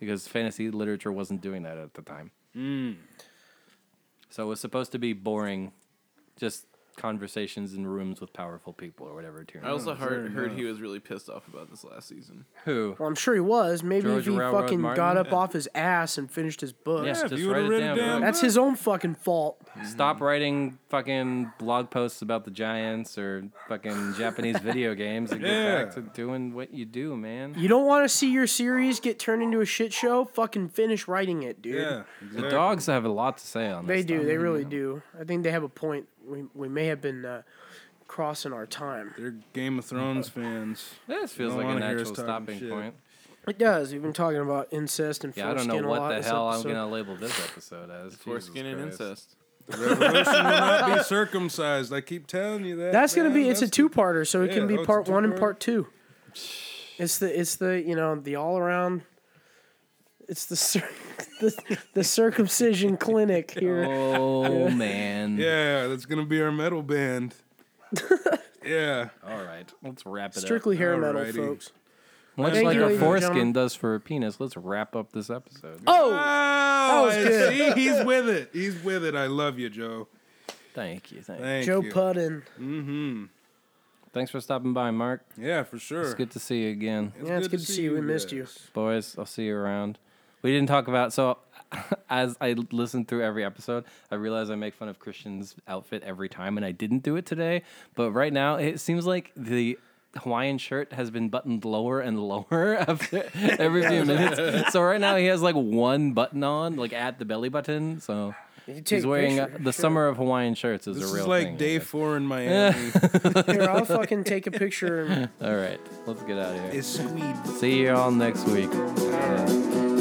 Speaker 1: Because fantasy literature wasn't doing that at the time. So it was supposed to be boring, just conversations in rooms with powerful people or whatever.
Speaker 4: I also heard, heard he was really pissed off about this last season.
Speaker 1: who?
Speaker 3: Well, I'm sure he was. Maybe
Speaker 1: George
Speaker 3: if he
Speaker 1: Railroad
Speaker 3: fucking
Speaker 1: Martin?
Speaker 3: got up off his ass and finished his book.
Speaker 1: Yeah, just
Speaker 2: you
Speaker 1: write
Speaker 2: would've
Speaker 1: it
Speaker 2: read
Speaker 1: down.
Speaker 2: it down.
Speaker 1: bro.
Speaker 3: That's his own fucking fault.
Speaker 1: Stop writing fucking blog posts about the giants or fucking Japanese video games and
Speaker 2: Yeah.
Speaker 1: get back to doing what you do, man.
Speaker 3: You don't want to see your series get turned into a shit show? Fucking finish writing it, dude.
Speaker 2: Yeah.
Speaker 1: The
Speaker 2: exactly.
Speaker 1: dogs have a lot to say on
Speaker 3: They
Speaker 1: this.
Speaker 3: do.
Speaker 1: stuff.
Speaker 3: They really do. I think they have a point. We, we may have been uh, crossing our time.
Speaker 2: They're Game of Thrones fans.
Speaker 1: This feels
Speaker 2: Don't
Speaker 1: like an
Speaker 2: wanna hear us
Speaker 1: actual
Speaker 2: talking
Speaker 1: stopping
Speaker 2: shit.
Speaker 1: point.
Speaker 3: It does. We've been talking about incest and
Speaker 1: Yeah, I don't
Speaker 3: foreskin
Speaker 1: know
Speaker 3: a lot
Speaker 1: what the
Speaker 3: this
Speaker 1: hell
Speaker 3: episode.
Speaker 1: I'm gonna label this episode as.
Speaker 4: Foreskin
Speaker 1: Jesus
Speaker 4: and
Speaker 1: Christ.
Speaker 4: incest.
Speaker 2: The revolution will not be circumcised. I keep telling you that.
Speaker 3: That's gonna
Speaker 2: man.
Speaker 3: be. It's a
Speaker 2: That's the-
Speaker 3: two-parter, so it
Speaker 2: yeah,
Speaker 3: can be
Speaker 2: oh, it's a
Speaker 3: part one and
Speaker 2: two-parter?
Speaker 3: part two. It's the it's the you know the all around. It's the cir- the, the circumcision clinic here.
Speaker 1: Oh man.
Speaker 2: Yeah, that's gonna be our metal band. yeah.
Speaker 3: Oh.
Speaker 1: All right, let's wrap it up.
Speaker 3: Strictly hair metal,
Speaker 2: Alrighty.
Speaker 3: folks.
Speaker 1: Much
Speaker 3: Thank
Speaker 1: like
Speaker 3: you,
Speaker 1: a
Speaker 3: ladies and
Speaker 1: foreskin
Speaker 3: gentlemen.
Speaker 1: does for a penis, let's wrap up this episode.
Speaker 3: Oh,
Speaker 2: Oh,
Speaker 3: was
Speaker 2: I
Speaker 3: good.
Speaker 2: see, he's with it. He's with it. I love you, Joe.
Speaker 1: Thank you. Thank
Speaker 2: Thank
Speaker 3: Joe
Speaker 2: you.
Speaker 3: Puddin.
Speaker 1: Thanks for stopping by, Mark.
Speaker 2: Yeah, for sure.
Speaker 1: It's good to see you again.
Speaker 3: Yeah, it's good to see you. We missed you.
Speaker 2: guys.
Speaker 1: Boys, I'll see you around. We didn't talk about so as I listened through every episode, I realized I make fun of Christian's outfit every time and I didn't do it today, but right now it seems like the Hawaiian shirt has been buttoned lower and lower after every few minutes. So right now he has like one button on, like at the belly button. So he's
Speaker 3: take
Speaker 1: wearing uh
Speaker 3: picture,
Speaker 1: the summer of Hawaiian shirts is
Speaker 2: This
Speaker 1: a real
Speaker 2: is like
Speaker 1: thing. I
Speaker 2: day
Speaker 1: guess.
Speaker 2: four in Miami.
Speaker 3: Here, I'll fucking take a picture. And
Speaker 1: All right, let's get out of here.
Speaker 2: it's sweet.
Speaker 1: See you all next week. Yeah.